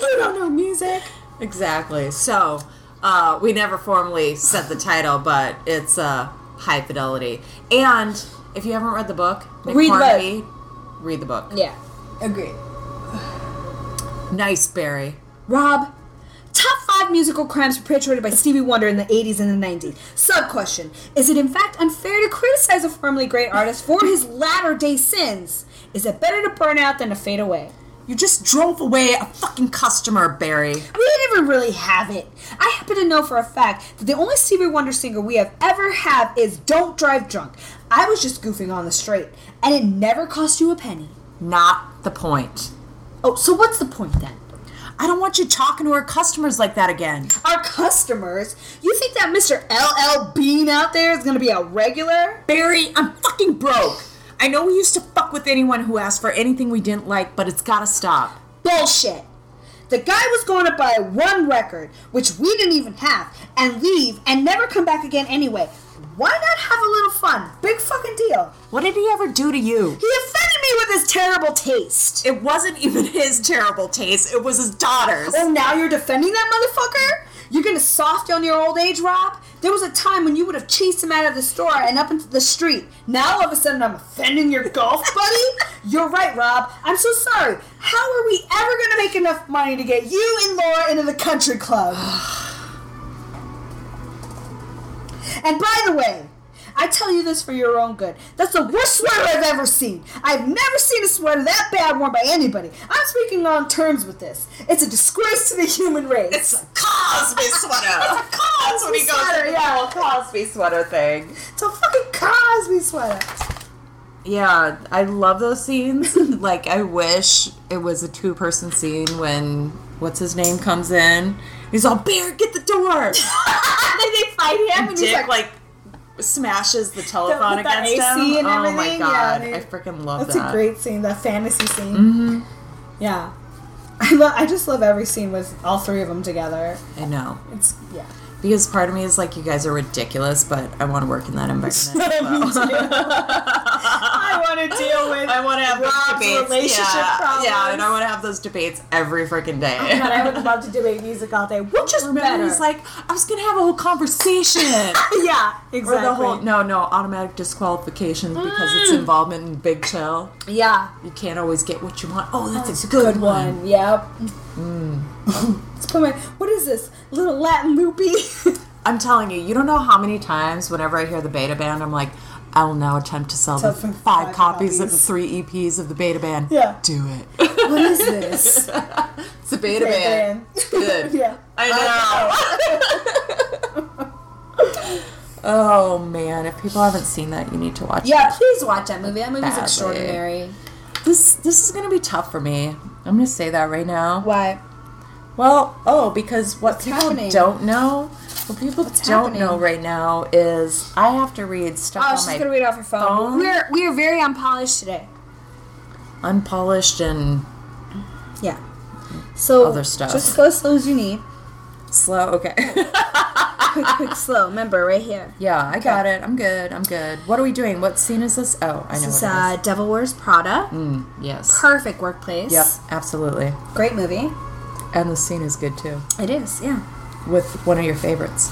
S8: you don't know music.
S9: Exactly. So uh, we never formally set the title, but it's uh, high fidelity. And if you haven't read the book, Nick
S8: Read the book.
S9: Hornby, Read the book.
S8: Yeah, agreed.
S9: Nice, Barry.
S8: Rob, top five musical crimes perpetrated by Stevie Wonder in the 80s and the 90s. Sub question Is it in fact unfair to criticize a formerly great artist for his latter day sins? Is it better to burn out than to fade away?
S9: You just drove away a fucking customer, Barry.
S8: We never really have it. I happen to know for a fact that the only Stevie Wonder singer we have ever had is Don't Drive Drunk. I was just goofing on the straight, and it never cost you a penny.
S9: Not the point.
S8: Oh, so what's the point then?
S9: I don't want you talking to our customers like that again.
S8: Our customers? You think that Mr. LL Bean out there is gonna be a regular?
S9: Barry, I'm fucking broke. I know we used to fuck with anyone who asked for anything we didn't like, but it's gotta stop.
S8: bullshit. The guy was going to buy one record, which we didn't even have, and leave and never come back again anyway. Why not have a little fun? Big fucking deal.
S9: What did he ever do to you?
S8: He offended me with his terrible taste.
S9: It wasn't even his terrible taste, it was his daughter's.
S8: Oh, now you're defending that motherfucker? You're gonna soft on your old age, Rob? There was a time when you would have chased him out of the store and up into the street. Now all of a sudden I'm offending your (laughs) golf buddy? You're right, Rob. I'm so sorry. How are we ever gonna make enough money to get you and Laura into the country club? And by the way, I tell you this for your own good. That's the worst sweater I've ever seen. I've never seen a sweater that bad worn by anybody. I'm speaking on terms with this. It's a disgrace to the human race.
S9: It's a Cosby sweater. (laughs)
S8: It's a Cosby
S9: That's what he
S8: sweater,
S9: goes,
S8: yeah.
S9: "Oh, Cosby sweater thing.
S8: It's a fucking Cosby sweater.
S9: Yeah, I love those scenes. (laughs) like, I wish it was a two person scene when what's his name comes in. He's all, Bear, get the door. (laughs)
S8: then they fight him, and he's
S9: Dick,
S8: like,
S9: like, smashes the telephone
S8: with the
S9: against
S8: AC
S9: him.
S8: and
S9: oh my
S8: everything, yeah,
S9: god,
S8: dude.
S9: I freaking love
S8: "That's
S9: that.
S8: a great scene, that fantasy scene." Mm-hmm. Yeah, I love. I just love every scene with all three of them together.
S9: I know.
S8: It's yeah.
S9: (laughs) Because part of me is like, you guys are ridiculous, but I want to work in that environment. (laughs)
S8: I want to deal with.
S9: I want to have
S8: Rob's
S9: those debates.
S8: relationship
S9: yeah,
S8: problems.
S9: yeah, and I want to have those debates every freaking day.
S8: God, (laughs) I would love to debate music all day. Which is
S9: Remember,
S8: better?
S9: he's like, I was gonna have a whole (laughs) conversation.
S8: yeah,
S9: Or
S8: exactly.
S9: the whole no, no, automatic disqualification because it's involvement in Big Chill.
S8: yeah,
S9: You can't always get what you want. Oh, that's
S8: it's
S9: a good, one.
S8: Yep. Mm. Let's put my. What is this little Latin loopy?
S9: I'm telling you, you don't know how many times whenever I hear the Beta Band, I'm like, I will now attempt to sell the
S8: Sell for
S9: five,
S8: five
S9: copies of the
S8: copies.
S9: three EPs of the Beta Band.
S8: Yeah.
S9: do it. (laughs)
S8: what is (laughs) this?
S9: It's the Beta, Band. Good. (laughs)
S8: yeah.
S9: I know. (laughs) oh man, if people haven't seen that, you need to watch.
S8: Yeah, please watch that movie. That movie's
S9: Badly.
S8: extraordinary.
S9: This this is gonna be tough for me. I'm gonna say that right now.
S8: Why?
S9: Well, oh, because what people
S8: happening?
S9: don't know, what people don't
S8: happening?
S9: know right now is I have to read stuff
S8: Oh,
S9: on
S8: she's
S9: my
S8: gonna read off her phone.
S9: phone?
S8: We're we are very unpolished today.
S9: unpolished and
S8: Yeah. So
S9: Other stuff.
S8: Just go as slow as you need.
S9: slow. Okay. (laughs)
S8: Quick, quick, slow. Remember, right here.
S9: yeah, I got it. I'm good. I'm good. What are we doing? What scene is this? Oh, I know
S8: This is
S9: what it
S8: uh, Devil Wears Prada.
S9: is. Yes.
S8: Perfect workplace.
S9: Yep, absolutely.
S8: Great movie.
S9: And the scene is good too.
S8: It is. Yeah.
S9: With one of your favorites.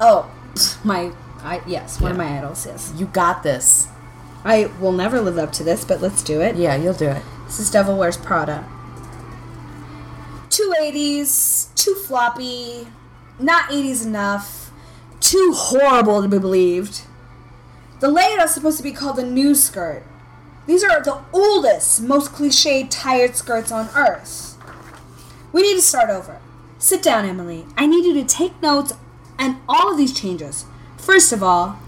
S8: Oh, (laughs) my. I, yes, one of my idols. Yes,
S9: You got this.
S8: I will never live up to this, but let's do it.
S9: Yeah, you'll do it.
S8: This is Devil Wears Prada. Two eighties, too floppy, not 80s enough, too horrible to be believed. The layout is supposed to be called the new skirt. These are the oldest, most cliched, tired skirts on earth. We need to start over. Sit down, Emily. I need you to take notes and all of these changes. First of all,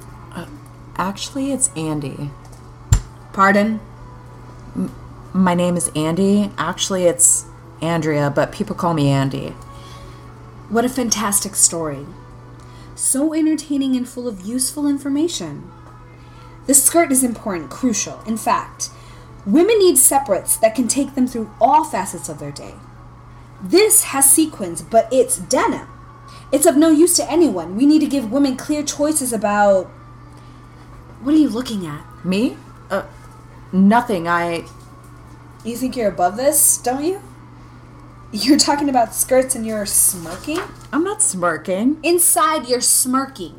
S9: Actually, it's Andy.
S8: pardon.
S9: My name is Andy. Actually, it's Andrea, but people call me Andy.
S8: What a fantastic story. so entertaining and full of useful information. This skirt is important, crucial. In fact, women need separates that can take them through all facets of their day. This has sequins, but it's denim. It's of no use to anyone. We need to give women clear choices about. What are you looking at?
S9: Me? Uh, nothing. I.
S8: You think you're above this, don't you? You're talking about skirts and you're smirking?
S9: I'm not smirking.
S8: Inside, you're smirking.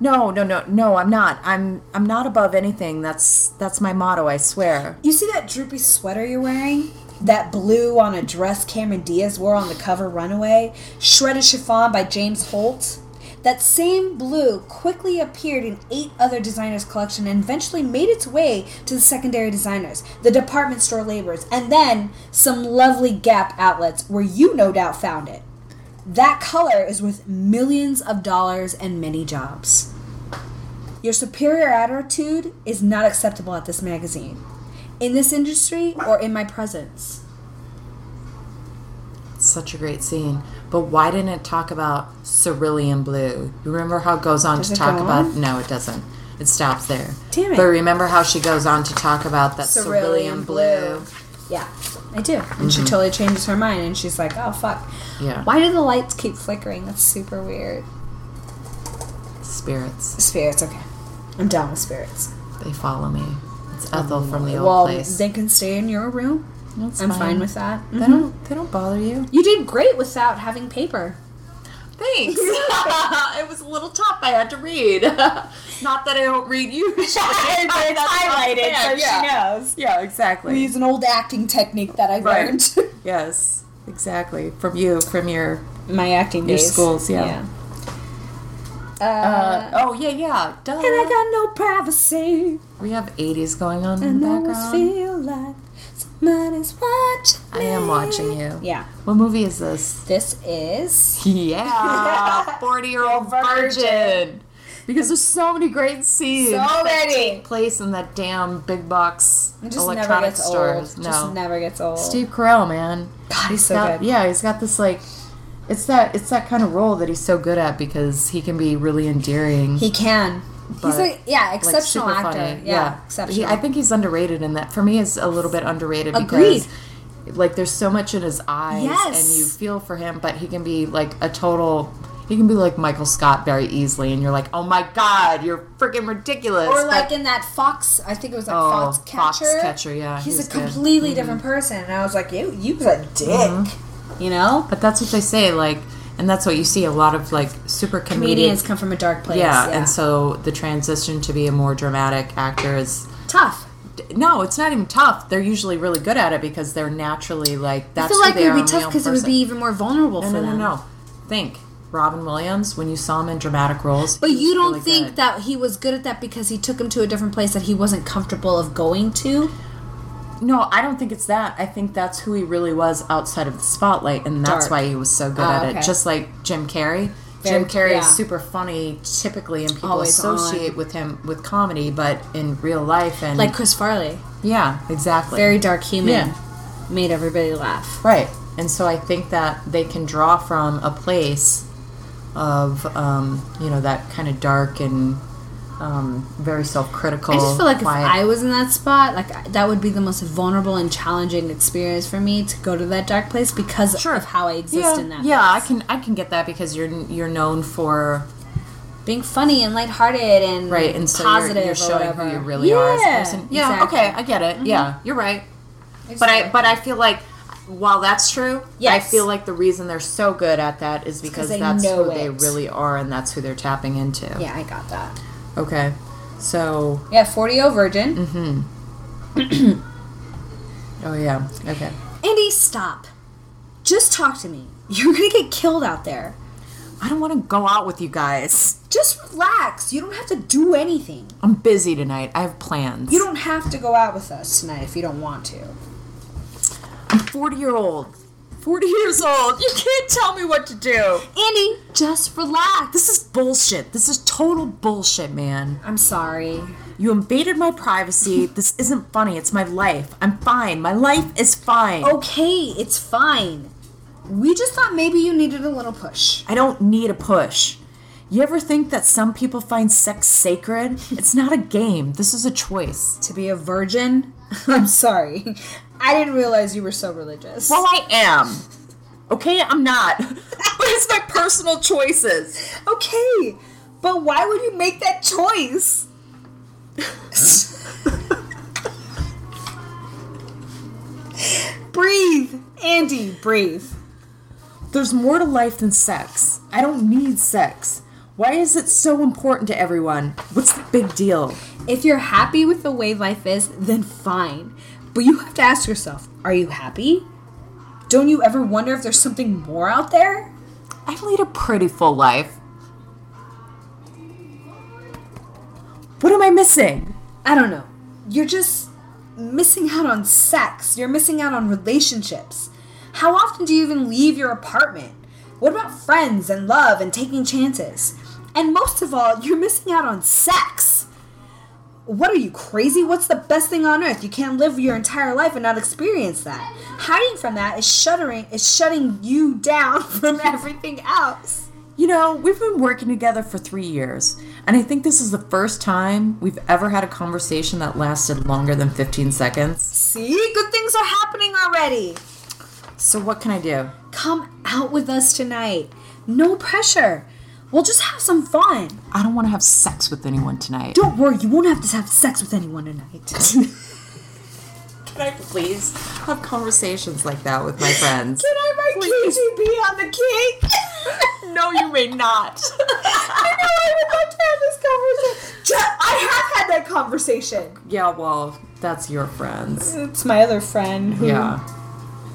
S9: No, no, no, no. I'm not. I'm. I'm not above anything. That's that's my motto. I swear.
S8: You see that droopy sweater you're wearing? That blue on a dress Cameron Diaz wore on the cover Runaway? Shredded chiffon by James Holt? That same blue quickly appeared in eight other designers' collection and eventually made its way to the secondary designers, the department store laborers, and then some lovely Gap outlets where you no doubt found it. That color is worth millions of dollars and many jobs. Your superior attitude is not acceptable at this magazine, in this industry, or in my presence.
S9: Such a great scene. But why didn't it talk about cerulean blue? You remember how it goes on
S8: Does
S9: to
S8: it
S9: talk
S8: go
S9: about?
S8: on?
S9: No, it doesn't. It stops there.
S8: Damn it.
S9: But remember how she goes on to talk about that cerulean,
S8: Cerulean
S9: blue.
S8: Yeah, I do. And she totally changes her mind and she's like, oh, fuck.
S9: Mm-hmm. Yeah.
S8: Why do the lights keep flickering? That's super weird.
S9: Spirits.
S8: Spirits, okay. I'm down with spirits.
S9: They follow me. It's Ethel from the old
S8: Oh, well,
S9: place.
S8: they can stay in your room.
S9: That's
S8: I'm fine with that.
S9: They don't. They don't bother you.
S8: You did great without having paper.
S9: Thanks. (laughs)
S8: (laughs)
S9: it was a little tough. I had to read. (laughs) Not that I don't read (laughs)
S8: (laughs)
S9: usually. it's highlighted, so yeah. she knows. Yeah, exactly.
S8: Use an old acting technique that I
S9: Right.
S8: learned. (laughs)
S9: Yes, exactly. From you, from your
S8: My acting
S9: Your
S8: days.
S9: schools, yeah.
S8: Yeah. Uh,
S9: oh yeah, yeah. Duh.
S8: and I got no privacy.
S9: we have '80s going on in
S8: And
S9: the
S8: I always
S9: background.
S8: feel like somebody's watching.
S9: Uh, I am watching you.
S8: Yeah.
S9: What movie is this?
S8: This is. (laughs)
S9: Yeah, forty-year-old virgin. Because there's so many great scenes.
S8: So
S9: that
S8: many.
S9: take place in that damn big box
S8: It just never
S9: electronic
S8: gets
S9: store.
S8: old.
S9: No,
S8: Just never gets old.
S9: Steve Carell, man.
S8: God, he's so
S9: Got-
S8: good.
S9: Yeah, he's got this like. It's that it's that kind of role that he's so good at because he can be really endearing.
S8: He can.
S9: But,
S8: he's a yeah
S9: like,
S8: exceptional
S9: super
S8: actor.
S9: funny.
S8: Yeah, exceptional.
S9: He- I think he's underrated in that. For me, is a little bit underrated
S8: Agreed.
S9: because like there's so much in his eyes
S8: Yes.
S9: and you feel for him, but he can be like a total. He can be like Michael Scott very easily, and you're like, oh my god, you're freaking ridiculous.
S8: or
S9: but-
S8: like in that Fox, I think it was like
S9: Oh,
S8: Fox Catcher.
S9: Foxcatcher, yeah, he
S8: He's
S9: was
S8: a
S9: good. Mm-hmm.
S8: completely different person, and I was like, you, you was a dick. You know,
S9: but that's what they say, like, and that's what you see a lot of like super
S8: comedians
S9: comedians.
S8: come from a dark place.
S9: Yeah, and so the transition to be a more dramatic actor is
S8: tough.
S9: no, it's not even tough. They're usually really good at it because they're naturally like that's
S8: I feel
S9: who
S8: like
S9: they
S8: it
S9: are
S8: would
S9: on
S8: be
S9: the
S8: tough
S9: own
S8: because it would
S9: person.
S8: be even more vulnerable
S9: no,
S8: for
S9: no, no,
S8: them.
S9: no. Think Robin Williams when you saw him in dramatic roles,
S8: But
S9: he was
S8: you don't
S9: really
S8: think
S9: good.
S8: that he was good at that because he took him to a different place that he wasn't comfortable of going to.
S9: No, I don't think it's that. I think that's who he really was outside of the spotlight, and that's
S8: Dark.
S9: why he was so good
S8: Ah,
S9: at it.
S8: okay.
S9: Just like Jim Carrey.
S8: Very-
S9: Jim Carrey
S8: yeah.
S9: is super funny typically, and people
S8: Always
S9: associate with him with comedy, but in real life and
S8: Like Chris Farley,
S9: yeah, exactly.
S8: very dark human,
S9: Mm-hmm. Yeah.
S8: made everybody laugh.
S9: Right. And so I think that they can draw from a place of, um, you know, that kind of dark and um, very self critical.
S8: I just feel like
S9: quiet.
S8: if I was in that spot, like I- that would be the most vulnerable and challenging experience for me to go to that dark place because of how I exist
S9: yeah,
S8: in that.
S9: yeah, I
S8: place.
S9: can I can get that because you're you're known for
S8: being funny and lighthearted and
S9: right and so you're-
S8: positive
S9: you're,
S8: or
S9: showing
S8: whatever.
S9: who you really are as a person. Yeah,
S8: exactly. Mm-hmm.
S9: okay, I get it. Yeah, you're right. But I
S8: Exactly.
S9: but I feel like while that's true, I
S8: Yes.
S9: feel like the reason they're so good at that is because
S8: they
S9: that's
S8: know
S9: who they
S8: it.
S9: really are and that's who they're tapping into.
S8: yeah, I got that.
S9: Okay. So
S8: Yeah, forty o virgin.
S9: Mm-hmm. Oh yeah. Okay.
S8: Andy, stop. Just talk to me. (laughs) You're gonna get killed out there.
S9: I don't want to go out with you guys.
S8: Just relax. You don't have to do anything.
S9: I'm busy tonight. I have plans.
S8: You don't have to go out with us tonight if you don't want to.
S9: I'm 40 year old. 40 years old. You can't tell me what to do.
S8: Andy, just relax.
S9: This is bullshit. This is total bullshit, man.
S8: I'm sorry.
S9: You invaded my privacy. This isn't funny. It's my life. I'm fine. My life is fine.
S8: Okay, it's fine. We just thought maybe you needed a little push.
S9: I don't need a push. You ever think that some people find sex sacred? It's not a game. This is a choice.
S8: To be a virgin? (laughs) I'm sorry. I didn't realize you were so religious.
S9: Well, I am. Okay, I'm not. (laughs) but it's my personal choices.
S8: Okay, but why would you make that choice? breathe, Andy, breathe.
S9: There's more to life than sex. I don't need sex. Why is it so important to everyone? What's the big deal?
S8: If you're happy with the way life is, then fine. But you have to ask yourself are you happy? Don't you ever wonder if there's something more out there?
S9: I've lead a pretty full life. What am I missing?
S8: I don't know. You're just missing out on sex. You're missing out on relationships. How often do you even leave your apartment? What about friends and love and taking chances? And most of all, you're missing out on sex. What are you crazy? What's the best thing on earth? You can't live your entire life and not experience that. Hiding from that is shuddering is shutting you down (laughs) from everything else.
S9: You know, we've been working together for three years, and I think this is the first time we've ever had a conversation that lasted longer than 15 seconds.
S8: See, good things are happening already.
S9: So, what can I do?
S8: Come out with us tonight. No pressure. We'll just have some fun.
S9: I don't want to have sex with anyone tonight.
S8: Don't worry, you won't have to have sex with anyone tonight. (laughs)
S9: Can I please have conversations like that with my
S8: (laughs)
S9: friends?
S8: Can I write KGB on the cake?
S9: no, you may not.
S8: I know I would love to have this conversation. Ju- I have had that conversation.
S9: yeah, well, that's your friends.
S8: It's my other friend who
S9: Yeah.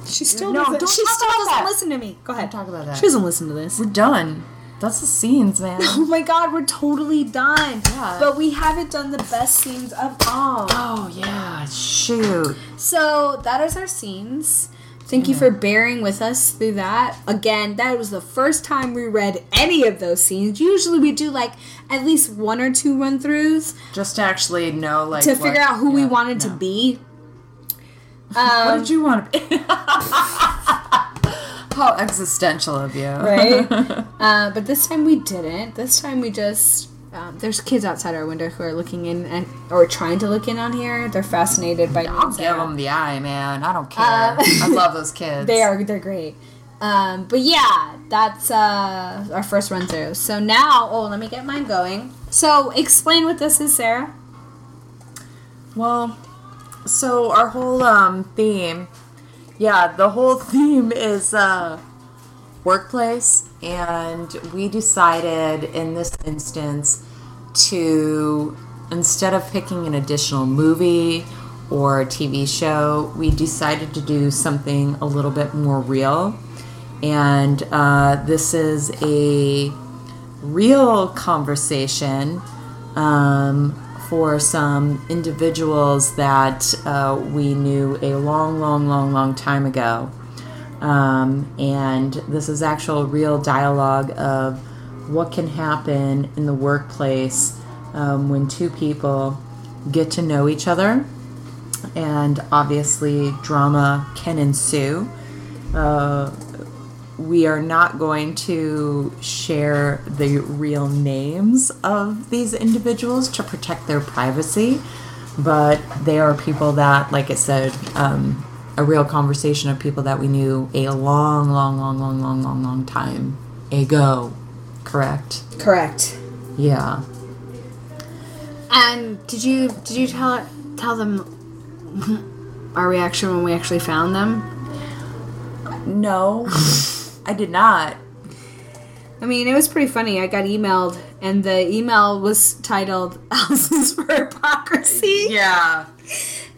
S8: she still
S9: No,
S8: doesn't,
S9: don't
S8: she
S9: talk
S8: still
S9: about
S8: doesn't
S9: that.
S8: listen to me. Go ahead.
S9: Talk about
S8: She
S9: that.
S8: doesn't listen to this.
S9: We're done. That's the scenes,
S8: (laughs)
S9: man.
S8: Oh my god, we're totally done.
S9: Yeah.
S8: But we haven't done the best scenes of all.
S9: Oh yeah, shoot.
S8: So that is our scenes. Thank you for bearing with us through that. Again, that was the first time we read any of those scenes. Usually we do like at least one or two run throughs
S9: Just to actually know, like,
S8: to
S9: what-
S8: figure out who we
S9: yeah,
S8: wanted
S9: no.
S8: to be.
S9: What did you want to be? (laughs) How existential of you.
S8: (laughs) Right? uh, but this time we didn't. This time we just. Um, there's kids outside our window who are looking in and or trying to look in on here. They're fascinated by.
S9: I'll
S8: Nancy.
S9: give them the eye, man. I don't care.
S8: Uh,
S9: I love
S8: (laughs)
S9: those kids.
S8: They are. They're great. Um, but yeah, that's uh, our first run through. So now, oh, let me get mine going. So explain what this is, Sarah.
S9: Well, so our whole um, theme, yeah, the whole (laughs) theme is uh, workplace, and we decided in this instance to instead of picking an additional movie or TV show, we decided to do something a little bit more real, and uh, this is a real conversation um, for some individuals that uh, we knew a long, long, long, long time ago. Um, and this is actual real dialogue of what can happen in the workplace um, when two people get to know each other. And obviously, drama can ensue. Uh, we are not going to share the real names of these individuals to protect their privacy, but they are people that, like I said, um, a real conversation of people that we knew a long, long, long, long, long, long, long time ago. Correct?
S8: Correct.
S9: Yeah.
S8: And did you did you tell tell them (laughs) our reaction when we actually found them?
S9: (laughs) No, I did not.
S8: I mean, it was pretty funny. I got emailed, and the email was titled (laughs) "Houses for Hypocrisy."
S9: Yeah.
S8: And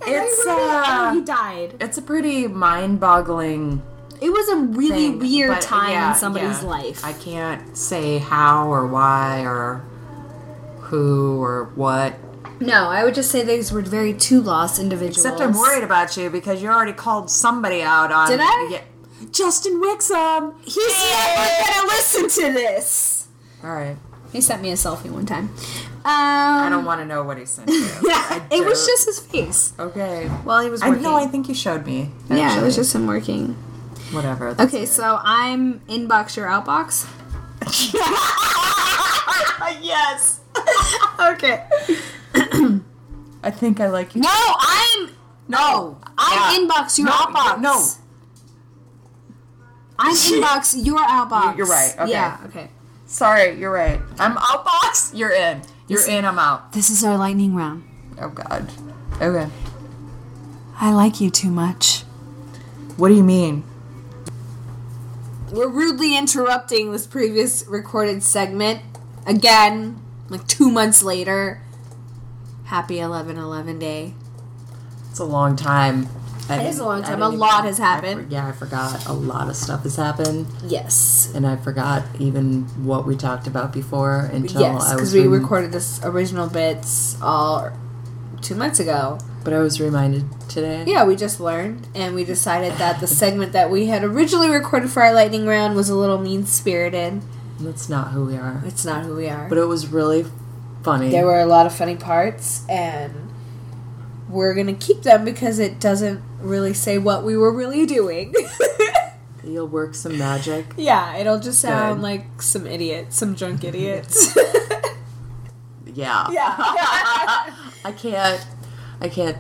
S8: I
S9: It's,
S8: wrote it, and
S9: uh,
S8: he died.
S9: It's a pretty mind boggling
S8: It was a really
S9: thing,
S8: weird
S9: but,
S8: time
S9: yeah,
S8: in somebody's
S9: yeah.
S8: life.
S9: I can't say how or why or who or what.
S8: No, I would just say these were very two lost individuals.
S9: Except I'm worried about you because you already called somebody out on.
S8: Did I?
S9: Yeah. Justin Wixom.
S8: He's never gonna listen to this.
S9: All right.
S8: He sent me a selfie one time. Um,
S9: I
S8: (laughs)
S9: don't want to know what he sent you.
S8: it was
S9: don't-
S8: just his face
S9: okay.
S8: while he was
S9: I
S8: working.
S9: know. I think you showed me.
S8: yeah, it was
S9: actually.
S8: just him working.
S9: whatever.
S8: Okay, so I'm inbox your outbox.
S9: (laughs) yes. okay. I think I like you.
S3: No, I'm.
S9: No.
S3: I'm inbox. You're
S9: No,
S3: outbox.
S9: no.
S8: (laughs)
S3: I'm inbox. You're outbox.
S9: You're right, okay.
S3: Yeah. Okay.
S9: Sorry, you're right. I'm outbox. You're in. You're in. I'm out.
S3: This is our lightning round.
S9: Oh God. Okay.
S3: I like you too much.
S9: What do you mean?
S8: We're rudely interrupting this previous recorded segment again, like two months later. Happy 11 11 day.
S9: It's a long time. I
S8: It is a long
S9: didn't- I
S8: time.
S9: didn't
S8: A lot
S9: even-
S8: has
S9: I for-
S8: happened.
S9: yeah, I forgot. A lot of stuff has happened,
S8: Yes.
S9: and I forgot even what we talked about before until
S8: yes,
S9: I was.
S8: because we
S9: rem-
S8: recorded this original bits all two months ago.
S9: But I was reminded today.
S8: Yeah, we just learned, and we decided that the segment that we had originally recorded for our lightning round was a little mean spirited.
S9: That's not who we are.
S8: It's not who we are.
S9: But it was really funny.
S8: There were a lot of funny parts, and we're gonna keep them because it doesn't really say what we were really doing. (laughs)
S9: You'll work some magic.
S8: yeah, it'll just sound
S9: Good.
S8: like some idiots, some drunk idiots. (laughs)
S9: Yeah.
S8: yeah.
S9: I can't. I can't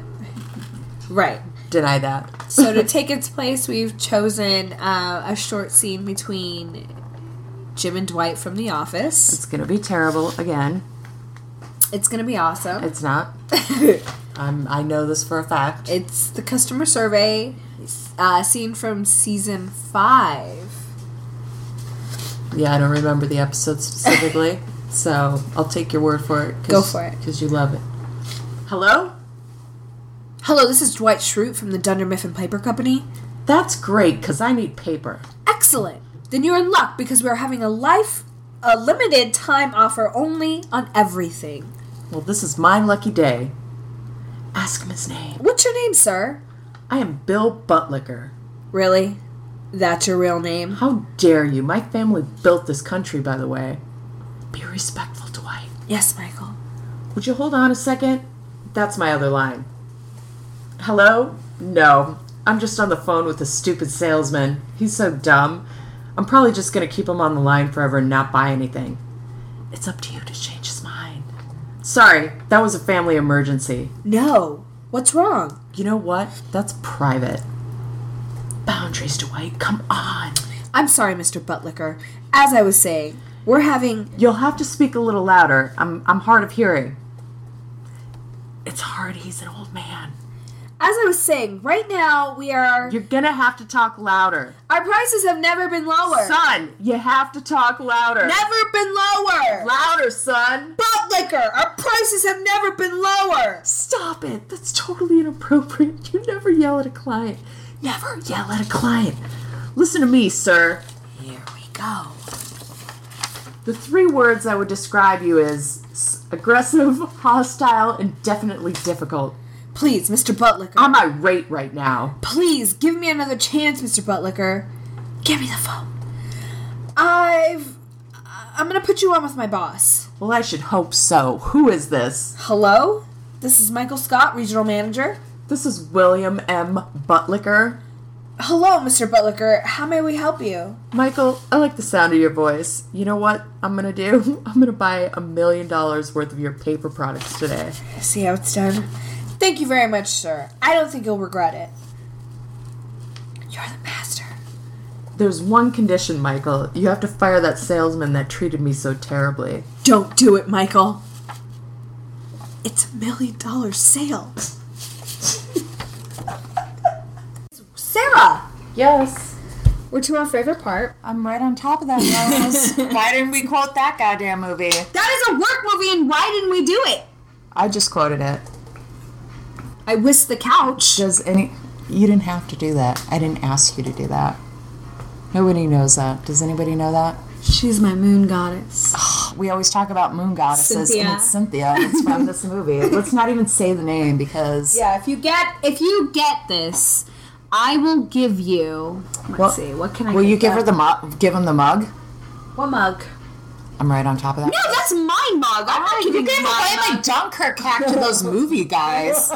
S8: right.
S9: deny that.
S8: So to take its place, we've chosen uh, a short scene between Jim and Dwight from The Office.
S9: It's gonna be terrible again.
S8: It's gonna
S9: (laughs)
S8: be awesome.
S9: It's not. I'm, I know this for a fact.
S8: It's the customer survey uh, scene from season five.
S9: Yeah, I don't remember the episode specifically, so I'll take your word for it. 'cause-
S8: Go for it.
S9: Cause you love it. Hello.
S8: Hello, this is Dwight Schrute from the Dunder Mifflin Paper Company.
S9: That's great, cause I need paper.
S8: Excellent. Then you're in luck because we're having a life, a limited time offer only on everything.
S9: Well, this is my lucky day. Ask him his name.
S8: What's your name, sir?
S9: I am Bill Buttlicker.
S8: Really? That's your real name?
S9: How dare you? My family built this country, by the way. Be respectful, Dwight.
S8: Yes, Michael.
S9: Would you hold on a second? That's my other line. Hello? No. I'm just on the phone with the stupid salesman. He's so dumb. I'm probably just gonna keep him on the line forever and not buy anything. It's up to you to change his mind. Sorry, that was a family emergency.
S8: No. What's wrong?
S9: You know what? That's private. Boundaries, Dwight. Come on.
S8: I'm sorry, Mr. Buttlicker. As I was saying, we're having.
S9: You'll have to speak a little louder. I'm I'm hard of hearing. It's hard. He's an old man.
S8: As I was saying, right now we are.
S9: You're gonna have to talk louder.
S8: Our prices have never been lower.
S9: Son, you have to talk louder.
S8: never been lower!
S9: Louder, son.
S8: Buttlicker, our prices have never been lower!
S9: Stop it. That's totally inappropriate. (laughs) You never yell at a client. Never yell at a client. Listen to me, sir.
S8: Here we go.
S9: The three words I would describe you is s- aggressive, hostile, and definitely difficult.
S8: Please, Mr. Buttlicker.
S9: I'm irate right now.
S8: Please give me another chance, Mr. Buttlicker. Give me the phone. I've. I'm gonna put you on with my boss.
S9: Well, I should hope so. Who is this?
S8: Hello? This is Michael Scott, regional manager.
S9: This is William M. Buttlicker.
S8: Hello, Mr. Buttlicker. How may we help you?
S9: Michael, I like the sound of your voice. You know what I'm gonna do? (laughs) I'm gonna buy a million dollars worth of your paper products today.
S8: See how it's done? Thank you very much, sir. I don't think you'll regret it. You're the master.
S9: There's one condition, Michael. You have to fire that salesman that treated me so terribly.
S8: Don't do it, Michael. It's a million dollar sale. (laughs) Sarah!
S9: Yes.
S8: We're to our favorite part.
S9: I'm right on top of that, (laughs) Why didn't we quote that goddamn movie?
S8: That is a work movie, and why didn't we do it?
S9: I just quoted it.
S8: I whisked the couch.
S9: Does any. You didn't have to do that. I didn't ask you to do that. Nobody knows that. Does anybody know that?
S8: She's my moon goddess.
S9: we always talk about moon goddesses
S8: Cynthia.
S9: and it's Cynthia. and It's from this movie. (laughs) Let's not even say the name because
S8: Yeah, if you get if you get this, I will give you. Let's
S9: Well,
S8: see, what can I?
S9: will you
S8: get
S9: give her the mug? Give him the mug?
S8: what mug?
S9: I'm right on top of that.
S8: No, that's my mug. I'm not giving you my mug.
S9: Dunkirk hack to those movie guys.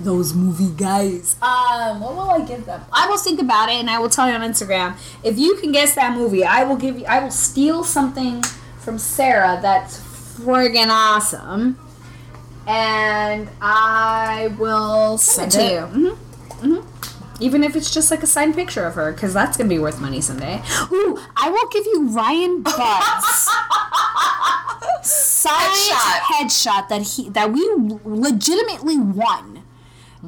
S8: Those movie guys. Um, what will I give them? I will think about it, and I will tell you on Instagram. If you can guess that movie, I will give you. I will steal something from Sarah that's friggin' awesome. And I will send,
S9: Send
S8: it to
S9: it.
S8: you. hmm hmm Even if it's just like a signed picture of her, because that's going to be worth money someday. Ooh, I will give you Ryan Buds. (laughs) signed headshot. that he that we legitimately won.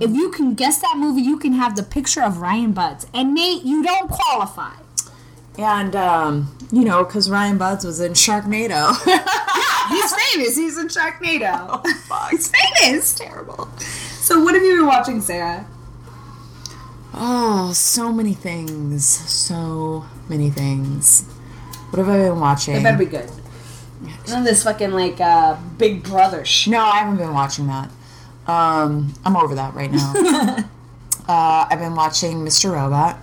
S8: If you can guess that movie, you can have the picture of Ryan Buds. And Nate, you don't qualify.
S9: And, um, you know, because Ryan Buds was in Sharknado. (laughs)
S8: He's famous. He's in Sharknado. (laughs) He's famous. Oh, Terrible. So, what have you been watching, Sarah?
S9: oh, so many things. So many things. What have I been watching?
S8: It better be good. None of this fucking like uh, Big Brother sh.
S9: No, I haven't been watching that. Um, I'm over that right now.
S8: (laughs)
S9: uh, I've been watching Mr. Robot.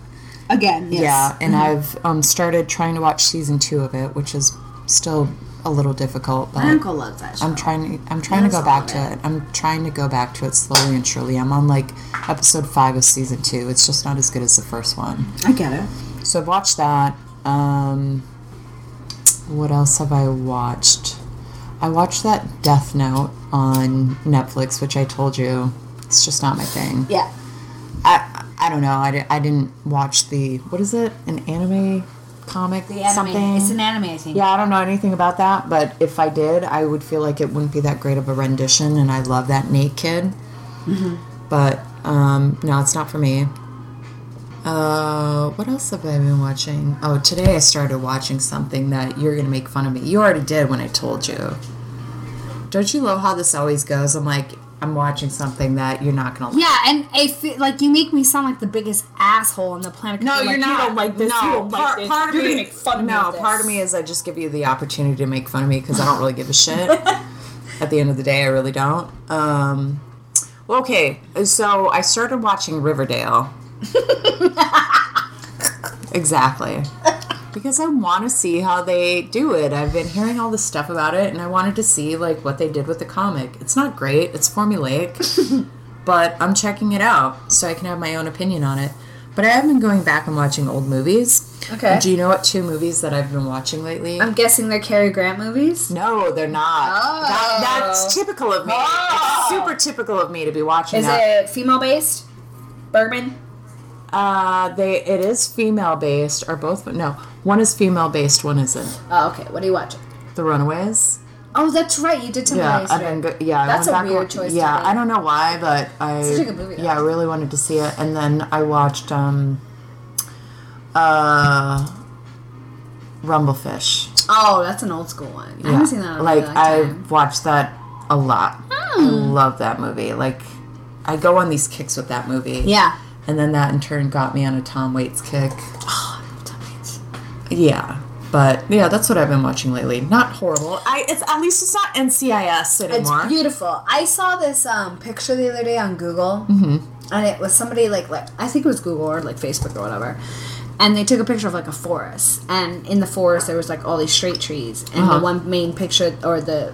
S8: Again, yes. Mm-hmm.
S9: Yeah, and I've um, started trying to watch season two of it, which is still a little difficult. But
S8: My uncle loves that. Show.
S9: I'm trying. I'm trying to go back to it. I'm trying to go back to it slowly and surely. I'm on like episode five of season two. It's just not as good as the first one.
S8: I get it.
S9: So I've watched that. Um, what else have I watched? I watched that Death Note on Netflix, which I told you it's just not my thing.
S8: Yeah.
S9: I I don't know. I, di- I didn't watch the what is it? An anime comic
S8: The anime.
S9: something.
S8: It's an anime, I think.
S9: yeah, I don't know anything about that, but if I did, I would feel like it wouldn't be that great of a rendition, and I love that Nate kid.
S8: Mm-hmm.
S9: But um, no, it's not for me. Uh, what else have I been watching? Oh, today I started watching something that you're gonna make fun of me. You already did when I told you. Don't you love how this always goes? I'm like, I'm watching something that you're not gonna like.
S8: Yeah, and if it, like you make me sound like the biggest asshole on the planet. 'cause
S9: No,
S8: I'm
S9: you're
S8: like,
S9: not.
S8: You don't like this.
S9: No,
S8: you don't
S9: part,
S8: like this.
S9: part of
S8: you're
S9: me.
S8: gonna make fun of me.
S9: no,
S8: with this.
S9: part of me is I just give you the opportunity to make fun of me because I don't really give a (laughs) shit. At the end of the day, I really don't. Um, well, okay, so I started watching (laughs) Riverdale. exactly. Because I want to see how they do it. I've been hearing all this stuff about it, and I wanted to see like what they did with the comic. It's not great. It's formulaic but I'm checking it out so I can have my own opinion on it. But I have been going back and watching old movies.
S8: Okay. Um,
S9: Do you know what two movies that I've been watching lately?
S8: I'm guessing they're Cary Grant movies.
S9: no, they're not.
S8: Oh.
S9: That- that's typical of me. It's super typical of me to be watching
S8: Is
S9: that.
S8: it female based? Bergman.
S9: Uh, they it is female based or both? No, one is female based, one isn't.
S8: Oh, okay. What are you watching?
S9: The Runaways.
S8: Oh, that's right. You did tell
S9: Yeah,
S8: me
S9: I've been
S8: yesterday.
S9: go- e- yeah. I
S8: That's
S9: went
S8: a
S9: back and
S8: weird
S9: watched-
S8: choice to
S9: Yeah,
S8: make.
S9: I don't know why, but I
S8: Such a good movie, though.
S9: yeah, I really wanted to see it, and then I watched um, uh, Rumblefish.
S8: Oh, that's an old school one. I
S9: Yeah.
S8: haven't seen that in a
S9: Like
S8: long
S9: I
S8: time. Hmm.
S9: watched that a lot. I love that movie. Like I go on these kicks with that movie.
S8: Yeah.
S9: And then that in turn got me on a Tom Waits kick.
S8: Oh,
S9: Yeah. But yeah, that's what I've been watching lately. Not horrible. I it's at least it's not NCIS
S8: It's
S9: anymore.
S8: beautiful. I saw this um, picture the other day on Google,
S9: Mm-hmm.
S8: and it was somebody like like I think it was Google or like Facebook or whatever, and they took a picture of like a forest, and in the forest there was like all these straight trees, and
S9: Uh-huh.
S8: the one main picture or the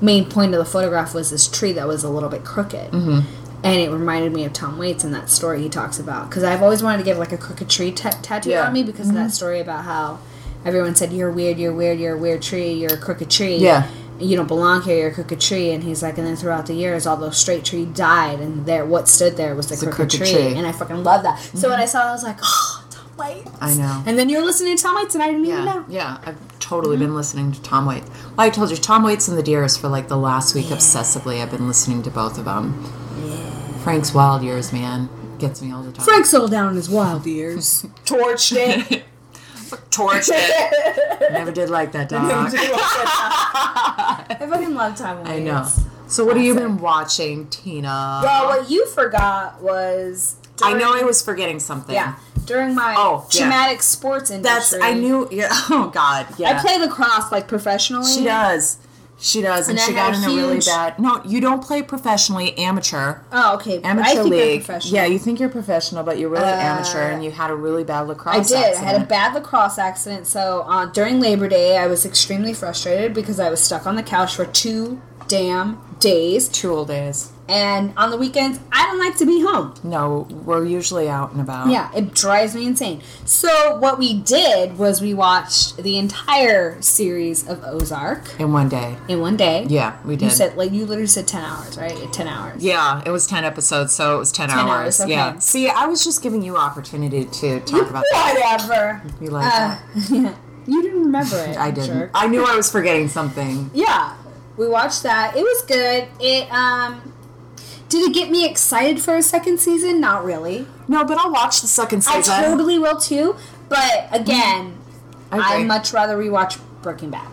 S8: main point of the photograph was this tree that was a little bit crooked.
S9: Mm-hmm.
S8: And it reminded me of Tom Waits and that story he talks about. Because I've always wanted to get like a crooked tree ta- tattoo
S9: Yeah. Mm-hmm.
S8: on me because of that story about how everyone said, You're weird, you're weird, you're a weird tree, you're a crooked tree
S9: Yeah.
S8: you don't belong here, you're a crooked tree. And he's like, and then throughout the years, all those straight tree died, and there, what stood there was the
S9: a
S8: crooked,
S9: crooked
S8: tree.
S9: tree. Mm-hmm.
S8: And I fucking love that. So when I saw it, I was like, oh, Tom Waits.
S9: I know.
S8: And then you're listening to Tom Waits, and I didn't
S9: Yeah,
S8: even know.
S9: yeah. I've totally been listening to Tom Waits. Well, I told you, Tom Waits and the Deers for like the last week obsessively. I've been listening to both of them. Frank's Wild Years, man, gets me all the time.
S8: Frank settled down in his
S9: (laughs)
S8: wild years.
S9: torched (laughs) it. torched
S8: (laughs)
S9: it. (laughs) Never did like that dog.
S8: I fucking love Tom Waits.
S9: I know. So what have you been watching, Tina?
S8: Well, what you forgot was.
S9: I know I was forgetting something.
S8: Yeah. During my
S9: Oh, yeah.
S8: traumatic sports industry.
S9: That's I knew. Yeah. (laughs) Oh God. Yeah.
S8: I play lacrosse like professionally.
S9: She does. She does, and,
S8: And I
S9: she
S8: had
S9: got in
S8: a
S9: a really
S8: huge-
S9: bad. No, you don't play professionally, amateur.
S8: Oh, okay. but
S9: amateur
S8: I think I'm
S9: league.
S8: professional. Uh,
S9: Yeah, you think you're professional, but you're really amateur, and you had a really bad lacrosse.
S8: I did. I had a
S9: accident.
S8: bad lacrosse accident. So uh, during Labor Day, I was extremely frustrated because I was stuck on the couch for two damn days.
S9: two old days.
S8: And on the weekends, I don't like to be home.
S9: No, we're usually out and about.
S8: Yeah, it drives me insane. So what we did was we watched the entire series of Ozark
S9: In one day.
S8: in one day.
S9: Yeah, we did.
S8: You said like you literally said ten hours, right? Ten hours.
S9: yeah, it was 10 episodes, so it was 10,
S8: hours,
S9: hours.
S8: okay.
S9: Yeah. See, I was just giving you opportunity to talk about that. (laughs)
S8: Whatever. (laughs)
S9: You like
S8: Uh,
S9: that?
S8: You didn't remember it.
S9: I
S8: I'm
S9: didn't.
S8: sure.
S9: I knew I was forgetting something.
S8: Yeah, we watched that. It was good. It um, did it get me excited for a second season? Not really.
S9: No, but I'll watch the second
S8: I
S9: season.
S8: totally will too. But again,
S9: I
S8: I
S9: agree.
S8: much rather rewatch Breaking Bad.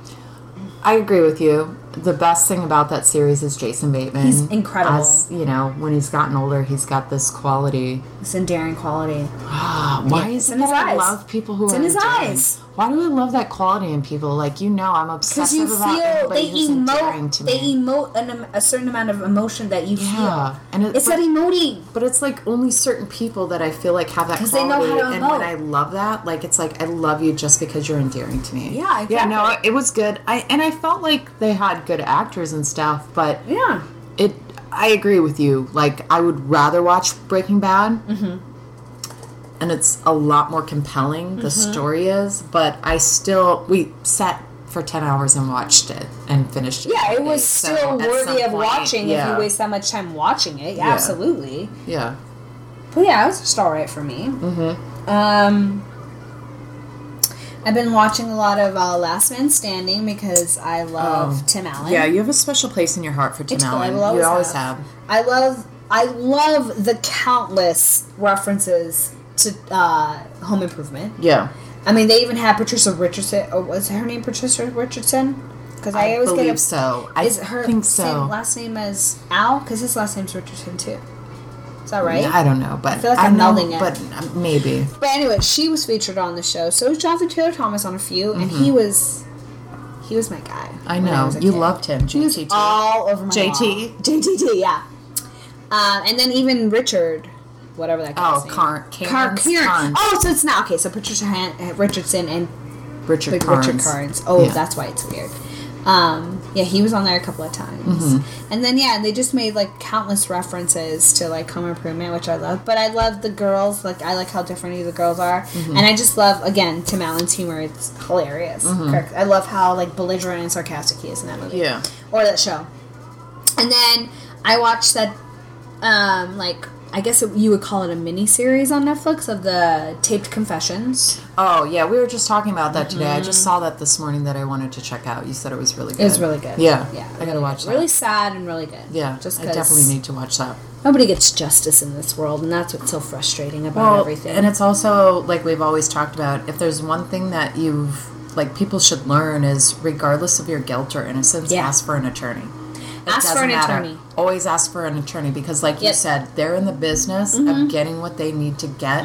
S9: I agree with you. The best thing about that series is Jason Bateman.
S8: He's incredible.
S9: As, you know, when he's gotten older, he's got this quality.
S8: It's endearing quality.
S9: Ah, why is
S8: in
S9: it
S8: his
S9: that I
S8: eyes.
S9: love people who
S8: It's
S9: are
S8: in his
S9: endearing?
S8: eyes.
S9: Why do I love that quality in people? Like you know, I'm obsessive
S8: Because you
S9: about
S8: feel
S9: everybody
S8: they
S9: who's endearing
S8: emote,
S9: to
S8: they
S9: me.
S8: emote an, em- a certain amount of emotion that you
S9: yeah,
S8: feel.
S9: and it,
S8: It's
S9: but,
S8: that emoting.
S9: but it's like only certain people that I feel like have that
S8: 'Cause
S9: quality.
S8: they know how to
S9: and
S8: emote.
S9: when I love that, like it's like I love you just because you're endearing to me.
S8: Yeah,
S9: yeah. No,
S8: exactly.
S9: it was good. I and I felt like they had good actors and stuff, but
S8: Yeah.
S9: it i agree with you like i would rather watch breaking bad mm-hmm. and it's a lot more compelling the
S8: Mm-hmm.
S9: story is but i still we sat for 10 hours and watched it and finished it
S8: Yeah, it
S9: that
S8: was
S9: day, so
S8: still
S9: um, at
S8: worthy
S9: some
S8: of
S9: point-
S8: watching if
S9: yeah,
S8: you waste that much time watching it. Yeah,
S9: Yeah.
S8: absolutely.
S9: yeah
S8: But yeah, it was just alright for me. Mm-hmm. Um, I've been watching a lot of uh, Last Man Standing because I love Tim Allen.
S9: Um, Oh. yeah you have a special place in your heart for tim
S8: It's cool, I
S9: allen
S8: will
S9: you
S8: always
S9: always
S8: have.
S9: have,
S8: I love I love the countless references to uh, Home Improvement.
S9: yeah
S8: I mean, they even had Patricia Richardson. Or was her name Patricia Richardson? Because I,
S9: i,
S8: always
S9: believe
S8: get up,
S9: so i
S8: Is her
S9: think
S8: same
S9: so
S8: last name as Al? Because his last name's Richardson too. Is that right?
S9: i don't know but i
S8: feel like I'm
S9: know,
S8: melding it.
S9: but uh, maybe
S8: But anyway, she was featured on the show. So was Jonathan Taylor Thomas on a few, and he was he was my guy.
S9: Mm-hmm. i
S8: when
S9: know
S8: was a
S9: you
S8: kid.
S9: loved him jt
S8: all over my
S9: JT?
S8: wall. JTT, yeah. Um, and then even Richard, whatever that guy's
S9: Oh,
S8: name.
S9: Car-
S8: Car-
S9: Cairns?
S8: Cairns.
S9: Carnes.
S8: Oh, so it's not okay. So Patricia Han- uh, Richardson and
S9: richard
S8: Big
S9: Carnes.
S8: Richard Carnes. Oh,
S9: Yeah.
S8: that's why it's weird. Um, yeah, he was on there a couple of times,
S9: Mm-hmm.
S8: and then yeah, they just made like countless references to like Home Improvement, which I love. But I love the girls. Like I like how different the girls are,
S9: Mm-hmm.
S8: and I just love again Tim Allen's humor. It's hilarious. Kirk- I love how like belligerent and sarcastic he is in that movie.
S9: Mm-hmm. Yeah.
S8: or that show. And then I watched that, um, like I guess it, you would call it a mini series on Netflix of the taped confessions.
S9: Oh yeah, we were just talking about that today. I just saw that this morning that I wanted to check out. You said it was really good.
S8: Mm-hmm. It was really good.
S9: Yeah,
S8: yeah.
S9: I gotta watch that.
S8: Really sad and really good.
S9: Yeah,
S8: just
S9: I
S8: because
S9: definitely need to watch that.
S8: nobody gets justice in this world, and that's what's so frustrating about everything.
S9: and it's also like we've always talked about. If there's one thing that you've like people should learn is regardless of your guilt or innocence,
S8: Yeah.
S9: ask for an attorney. It
S8: Ask for
S9: doesn't
S8: an
S9: matter.
S8: attorney.
S9: Always ask for an attorney because, like you
S8: Yep. Mm-hmm.
S9: said, they're in the business of getting what they need to get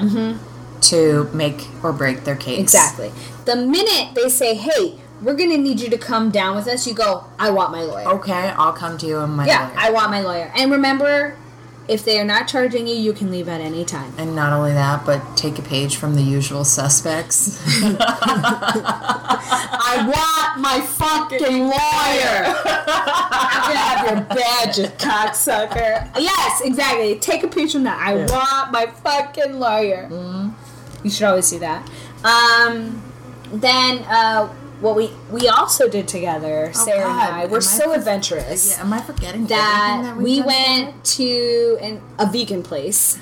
S9: to make or break their case.
S8: exactly the minute they say, "Hey, we're gonna need you to come down with us," you go, "I want my lawyer."
S9: Okay, I'll come to you and my
S8: yeah,
S9: Oh, lawyer.
S8: I want my lawyer. And remember, if they are not charging you, you can leave at any time.
S9: And not only that, but take a page from the usual suspects.
S8: I want my fucking lawyer. I'm gonna have your badge, you cocksucker. Yes, exactly. Take a picture from that. I want my fucking lawyer. You should always do that. Um, then uh, what we we also did together, Sarah
S9: God,
S8: and Oh, I, we're
S9: am I
S8: so
S9: for-
S8: adventurous
S9: (laughs) Am I forgetting
S8: that,
S9: everything
S8: we
S9: we've done?
S8: went to an, a vegan place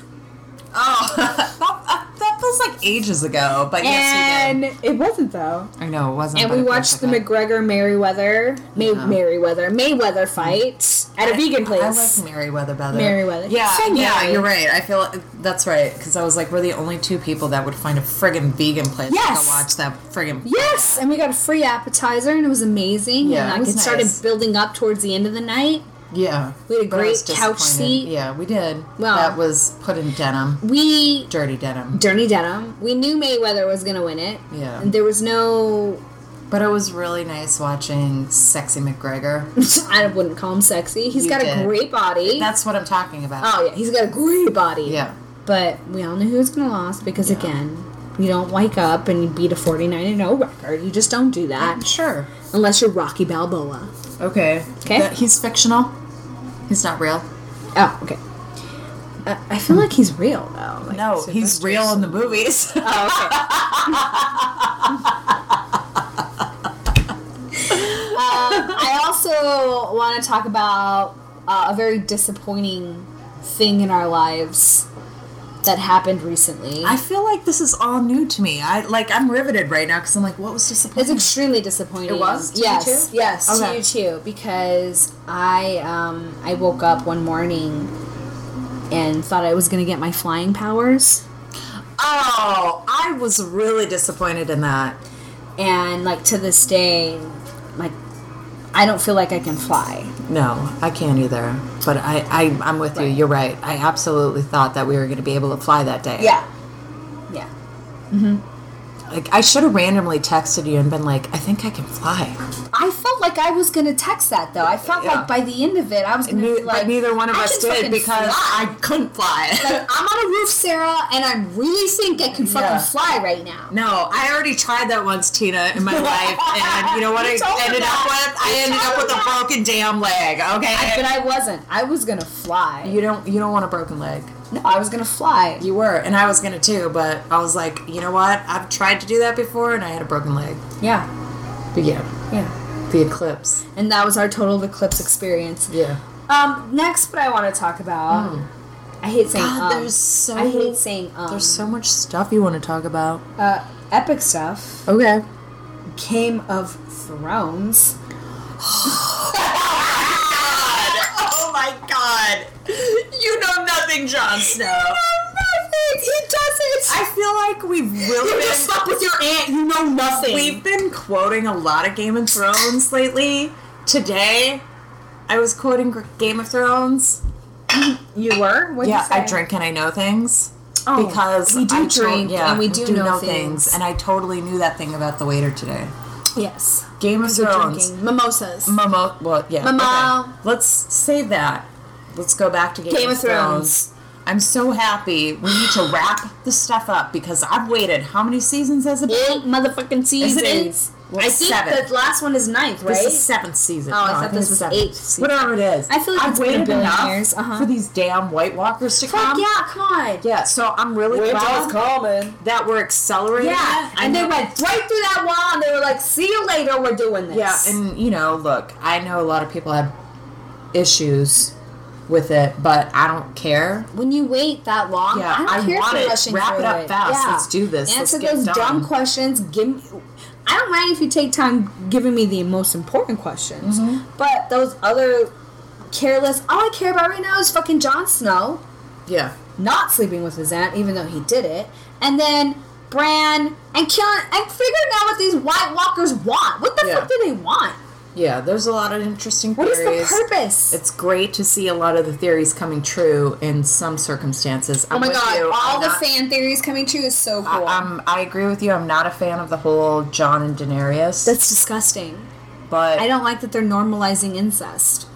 S9: Oh, (laughs) that, that, that was like ages ago, but yes, we
S8: and it wasn't though.
S9: did. I know it wasn't.
S8: And
S9: but
S8: we
S9: it feels
S8: watched the
S9: like that.
S8: McGregor Merriweather, May-
S9: Yeah.
S8: Merriweather, Mayweather fight at a vegan place.
S9: I like Merriweather better.
S8: Merriweather.
S9: Yeah,
S8: Say
S9: yeah,
S8: Merry.
S9: you're right. I feel that's right because I was like, we're the only two people that would find a friggin' vegan place
S8: Yes.
S9: to watch that friggin'.
S8: yes, and we got a free appetizer, and it was amazing.
S9: Yeah,
S8: and
S9: it
S8: like,
S9: was
S8: it started
S9: nice.
S8: building up towards the end of the night.
S9: Yeah,
S8: We had a
S9: But I was
S8: great couch
S9: disappointed.
S8: seat.
S9: Yeah, we did.
S8: Well-
S9: that was put in denim,
S8: We
S9: dirty denim.
S8: Dirty Denim. We knew Mayweather was gonna win it.
S9: Yeah.
S8: And there was no. (laughs)
S9: But it was really nice watching sexy McGregor.
S8: I wouldn't call him sexy. He's
S9: You
S8: got a
S9: did.
S8: great body.
S9: That's what I'm talking about.
S8: oh yeah, he's got a great body.
S9: Yeah.
S8: But we all knew who was going to lose because, again, you don't wake up and you beat a 49 and 0 record. You just don't do that
S9: Sure.
S8: unless you're Rocky Balboa.
S9: Okay.
S8: Okay.
S9: That- he's fictional. He's not real.
S8: Oh, okay. Uh, I feel like he's real though. Like,
S9: No,
S8: super-
S9: he's real in the movies. (laughs)
S8: Uh, I also want to talk about uh, a very disappointing thing in our lives that happened recently.
S9: I feel like this is all new to me. I like I'm riveted right now because I'm like, what was
S8: It's
S9: disappointing?
S8: extremely disappointing.
S9: It was? To you
S8: yes,
S9: too?
S8: yes,
S9: Okay.
S8: to you too, because I um I woke up one morning and thought I was gonna get my flying powers,
S9: oh, I was really disappointed in that.
S8: and like to this day, like I don't feel like I can fly.
S9: No, I can't either. But I, I I'm with you. You're right. I absolutely thought that we were going to be able to fly that day.
S8: Yeah, yeah.
S9: Like I should have randomly texted you and been like, I think I can fly.
S8: I felt like I was gonna text that though. I felt
S9: Yeah.
S8: like by the end of it, I was gonna
S9: Ne-
S8: be like,
S9: but neither one of
S8: "I
S9: us
S8: can
S9: did
S8: fucking
S9: because
S8: fly."
S9: I couldn't fly. (laughs)
S8: Like, I'm on a roof, Sarah, and I really think I can fucking
S9: Yeah.
S8: fly right now.
S9: No, I already tried that once, Tina, in my life, and (laughs) you know what I
S8: told her
S9: ended up
S8: that.
S9: with? I ended up with a broken damn leg. Okay,
S8: But I wasn't. I was gonna fly.
S9: you don't you don't want a broken leg.
S8: no, I was gonna fly.
S9: You were, and I was gonna too, but I was like, you know what? I've tried to do that before, and I had a broken leg.
S8: Yeah,
S9: But yeah,
S8: yeah.
S9: the eclipse.
S8: And that was our total eclipse experience.
S9: Yeah. Hmm.
S8: Um, next, what I want to talk about. I hate saying
S9: God,
S8: um.
S9: there's so
S8: I hate saying um.
S9: there's so much stuff you want to talk about.
S8: uh, epic stuff.
S9: Okay.
S8: Game of
S9: (gasps)
S8: Thrones.
S9: Oh my god! You know nothing, Jon Snow.
S8: He doesn't.
S9: I feel like we've really
S8: You
S9: been
S8: just slept with your aunt. You know nothing.
S9: We've been quoting a lot of Game of Thrones lately. Today, I was quoting Gr- Game of Thrones.
S8: (clears throat) you were. What'd
S9: yeah,
S8: you say? Oh,
S9: I drink and I know things. because
S8: we do
S9: I to-
S8: drink
S9: yeah,
S8: and we do know things.
S9: and I totally knew that thing about the waiter today.
S8: Yes.
S9: Game of
S8: We're
S9: Thrones,
S8: drinking mimosas.
S9: Momo. Well, yeah,
S8: Momo.
S9: okay. Let's save that. Let's go back to Game,
S8: Game
S9: of
S8: of Thrones.
S9: Thrones. I'm so happy. We need to wrap the stuff up because I've waited. How many seasons has it been?
S8: Eight motherfucking seasons.
S9: Well,
S8: I think
S9: seven.
S8: the last one is ninth, right?
S9: This is seventh season.
S8: Oh, I thought
S9: think
S8: this
S9: it's
S8: was
S9: seventh.
S8: eighth season.
S9: Whatever it is.
S8: I feel like
S9: I've
S8: it's been a
S9: waited
S8: billion
S9: enough
S8: years, uh-huh.
S9: for these damn White Walkers to
S8: Fuck
S9: come.
S8: yeah, come on.
S9: Um, Yeah, so I'm really glad
S8: coming.
S9: that we're accelerating.
S8: Yeah,
S9: it. I
S8: and they
S9: know-
S8: went right through that wall, and they were like, "See you later. We're doing this."
S9: Yeah, and you know, look, I know a lot of people have issues with it, but I don't care.
S8: when you wait that long,
S9: Yeah,
S8: I don't
S9: I
S8: care
S9: want
S8: if
S9: it.
S8: you're rushing
S9: Wrap
S8: through
S9: it up fast.
S8: Yeah.
S9: Let's do this. Let's
S8: Answer
S9: get
S8: those
S9: done.
S8: dumb questions. Give me. I don't mind if you take time giving me the most important questions,
S9: Mm-hmm.
S8: but those other careless. All I care about right now is fucking Jon Snow.
S9: Yeah.
S8: not sleeping with his aunt, even though he did it, and then Bran and killing and figuring out what these White Walkers want. What the
S9: Yeah.
S8: fuck do they want?
S9: Yeah, there's a lot of interesting
S8: What is
S9: theories.
S8: the purpose?
S9: It's great to see a lot of the theories coming true in some circumstances. I'm
S8: oh my
S9: with
S8: god!
S9: you.
S8: All
S9: I'm
S8: the
S9: not-
S8: fan theories coming true is so
S9: I,
S8: cool.
S9: um, I agree with you. I'm not a fan of the whole John and Daenerys,
S8: That's disgusting.
S9: but
S8: I
S9: I,
S8: don't like that they're normalizing incest.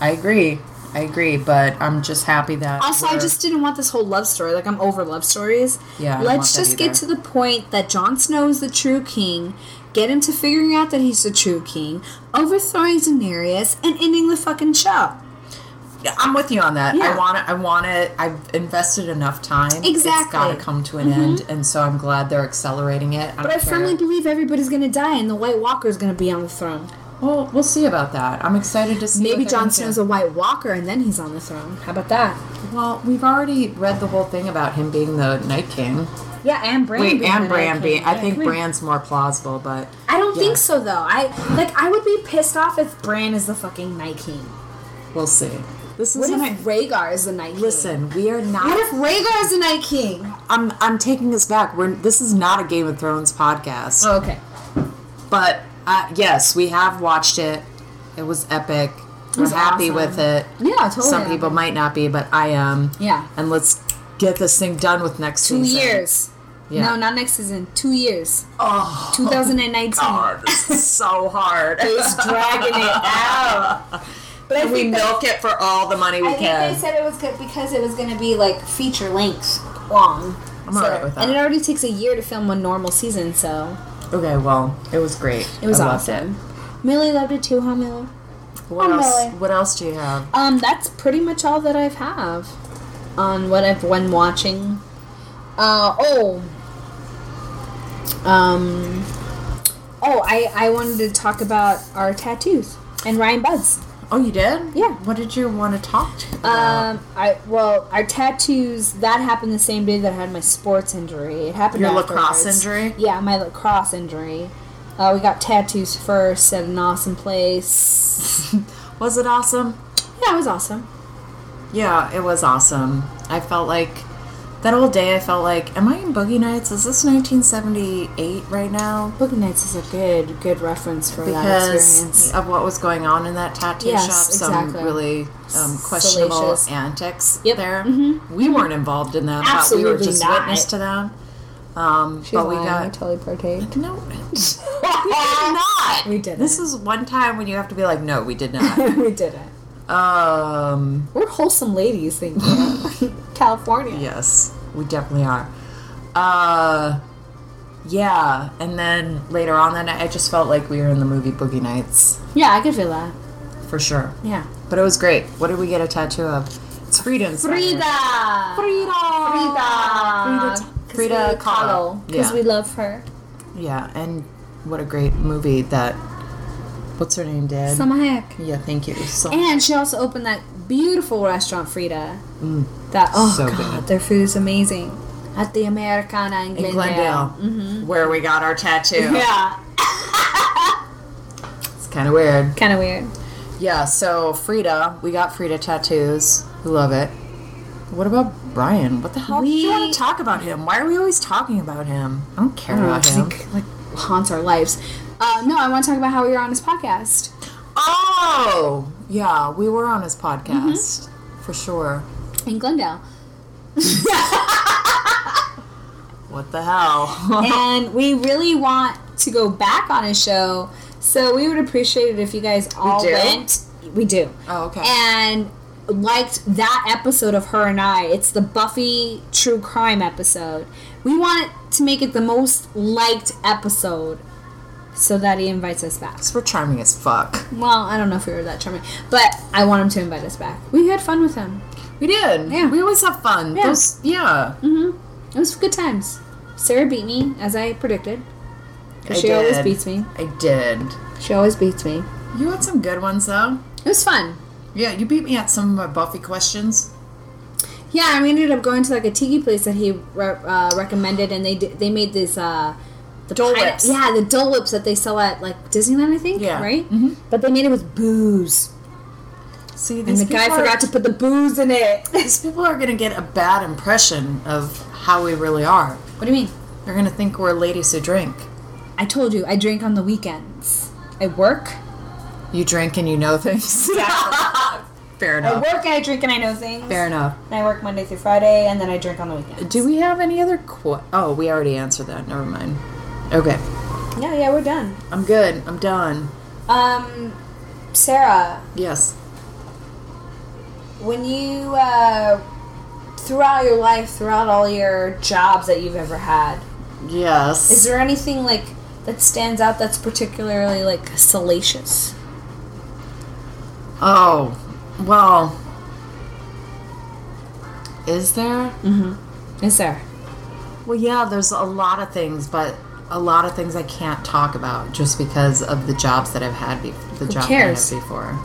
S9: agree. I agree, but I'm just happy that.
S8: Also, I
S9: we're-
S8: just didn't want this whole love story. Like, I'm over love stories.
S9: Yeah, I don't want
S8: Let's
S9: that
S8: just
S9: either.
S8: get to the point that Jon Snow is the true king, get him to figuring out that he's the true king, overthrowing Daenerys, and ending the fucking show.
S9: I'm with you on that. I
S8: Yeah.
S9: want to. I want to. I've invested enough time. It's
S8: Exactly.
S9: got
S8: Mm-hmm.
S9: to come to an end, and so I'm glad they're accelerating it.
S8: But I firmly believe everybody's gonna die and the White Walker is gonna be on the throne.
S9: Well, we'll see about that. I'm excited to see.
S8: Maybe
S9: what they're
S8: Jon
S9: gonna
S8: Snow's
S9: do.
S8: a White Walker and then he's on the throne. How about that?
S9: Well, we've already read the whole thing about him being the Night King.
S8: Yeah, and Bran.
S9: Wait,
S8: being
S9: and
S8: the
S9: Bran
S8: Night
S9: being.
S8: King.
S9: I
S8: Yeah,
S9: think
S8: come here.
S9: Bran's more plausible, but
S8: I don't
S9: yeah.
S8: think so though. I like. I would be pissed off if Bran is the fucking Night King.
S9: we'll see. This
S8: What
S9: is
S8: if Rhaegar is the Night King?
S9: Listen, we are not.
S8: What if Rhaegar is the Night King?
S9: I'm I'm taking this back. We're this is not a Game of Thrones podcast,
S8: Oh, okay.
S9: but uh, yes, we have watched it. It was epic. We're
S8: was
S9: happy
S8: awesome. Oh,
S9: with it.
S8: Yeah, totally.
S9: Some people might not be, but I am.
S8: Yeah.
S9: And let's get this thing done with next
S8: Two
S9: season.
S8: years.
S9: Yeah.
S8: No, not next season. Two years.
S9: Oh,
S8: 2019.
S9: hard. so (laughs) hard.
S8: It's dragging it out. But I
S9: And we
S8: think that-
S9: milk it for all the money we
S8: I think
S9: can.
S8: they said it was good because it was going to be like feature length long.
S9: I'm all right with that.
S8: And it already takes a year to film one normal season, so
S9: okay, well, it was great.
S8: it was
S9: I loved
S8: awesome. Millie loved it too, huh, Millie?
S9: it. What
S8: Oh,
S9: else?
S8: really?
S9: What else do you have?
S8: Um, that's pretty much all that I've have on what I've been watching. Uh oh. Um. Oh, I I wanted to talk about our tattoos and Ryan Buds.
S9: Oh, you did?
S8: Yeah.
S9: What did you want to talk to? (laughs) About?
S8: Um, I well, our tattoos that happened the same day that I had my sports injury. It happened
S9: Your lacrosse
S8: afterwards.
S9: injury?
S8: Yeah, my lacrosse injury. Uh, we got tattoos first at an awesome
S9: (laughs)
S8: place.
S9: was it awesome?
S8: yeah, it was awesome.
S9: Yeah, it was awesome. I felt like that whole day. I felt like, am I in Boogie Nights? Is this 1978 right now?
S8: Boogie Nights is a good good reference for that
S9: Because
S8: experience.
S9: of what was going on in that tattoo
S8: Yes,
S9: shop,
S8: exactly.
S9: some really um, questionable
S8: Salacious.
S9: antics
S8: Yep. Mm-hmm.
S9: there. We weren't involved in that. but we were
S8: Absolutely
S9: just
S8: not.
S9: witness to them. Um,
S8: She's
S9: but we
S8: lying. I
S9: got
S8: totally
S9: (laughs)
S8: partake.
S9: no. (laughs) we did not.
S8: We didn't.
S9: This is one time when you have to be like, no, we did not.
S8: (laughs) we didn't.
S9: um.
S8: We're wholesome ladies, thank
S9: (laughs)
S8: you. California.
S9: Yes, we definitely are. Uh, yeah, and then later on that night, I just felt like we were in the movie Boogie Nights
S8: Yeah, I could feel that.
S9: for sure.
S8: Yeah.
S9: But it was great. What did we get a tattoo of? It's Frida. inspired.
S8: Frida. Frida. Frida.
S9: Frida Kahlo.
S8: Because
S9: Yeah.
S8: we love her.
S9: Yeah, and what a great movie that. What's her name, Dad?
S8: Sama Hayek.
S9: yeah, thank you. So,
S8: And she also opened that beautiful restaurant, Frida. that oh
S9: Mm. so
S8: god,
S9: good.
S8: their food is amazing. At the Americana in
S9: in
S8: Glendale.
S9: Glendale, where we got our tattoo.
S8: Mm-hmm. Yeah.
S9: It's kind of weird.
S8: Kind of weird.
S9: Yeah, so Frida, we got Frida tattoos. We love it. What about Brian? What the hell?
S8: We-
S9: do
S8: Oh,
S9: you want to talk about him? Why are we always talking about him? I don't care about him.
S8: Like, like haunts our lives. Uh, no, I want to talk about how we were on this podcast.
S9: Oh, yeah, we were on his podcast
S8: Mm-hmm.
S9: for sure.
S8: in Glendale.
S9: What the hell? (laughs)
S8: and we really want to go back on his show, so we would appreciate it if you guys all
S9: do?
S8: went. We do.
S9: Oh, okay.
S8: And liked that episode of Her and I. It's the Buffy true crime episode. We want to make it the most liked episode so that he invites us back.
S9: We're charming as fuck.
S8: Well, I don't know if we were that charming, but I want him to invite us back. We had fun with him.
S9: We did.
S8: Yeah.
S9: We always have fun.
S8: Yeah.
S9: Those, yeah.
S8: It was good times. Sarah beat me, as I predicted. 'Cause
S9: I
S8: she always
S9: did.
S8: beats me.
S9: I did.
S8: She always beats me.
S9: You had some good ones though.
S8: It was fun.
S9: Yeah, you beat me at some of my Buffy questions.
S8: Yeah, and we ended up going to like a tiki place that he re- uh, recommended, and they d- they made this. Uh, the
S9: Dole
S8: pine-
S9: Whips.
S8: Yeah, the Dole Whips that they sell at like Disneyland, I think.
S9: Yeah.
S8: Right. Mm-hmm. But they made it with booze,
S9: See,
S8: and
S9: these
S8: the guy
S9: people are-
S8: forgot to put the booze in it.
S9: These people are gonna get a bad impression of how we really are.
S8: what do you mean?
S9: They're gonna think we're ladies who drink.
S8: I told you I drink on the weekends. I
S9: (laughs)
S8: work.
S9: You drink and you know things. (laughs) Fair
S8: I
S9: enough.
S8: work and I drink and I know things.
S9: Fair enough.
S8: And I work Monday through Friday, and then I drink on the weekend.
S9: Do we have any other qu- Oh, we already answered that. Never mind. Okay.
S8: Yeah, yeah, we're done.
S9: I'm good. I'm done.
S8: Um, Sarah,
S9: Yes.
S8: when you uh, throughout your life throughout all your jobs that you've ever had
S9: Yes.
S8: is there anything like that stands out that's particularly like salacious
S9: Oh, well. Is there?
S8: is there
S9: Well, yeah, there's a lot of things, but a lot of things I can't talk about just because of the jobs that I've had, be- the job
S8: cares?
S9: that I had before.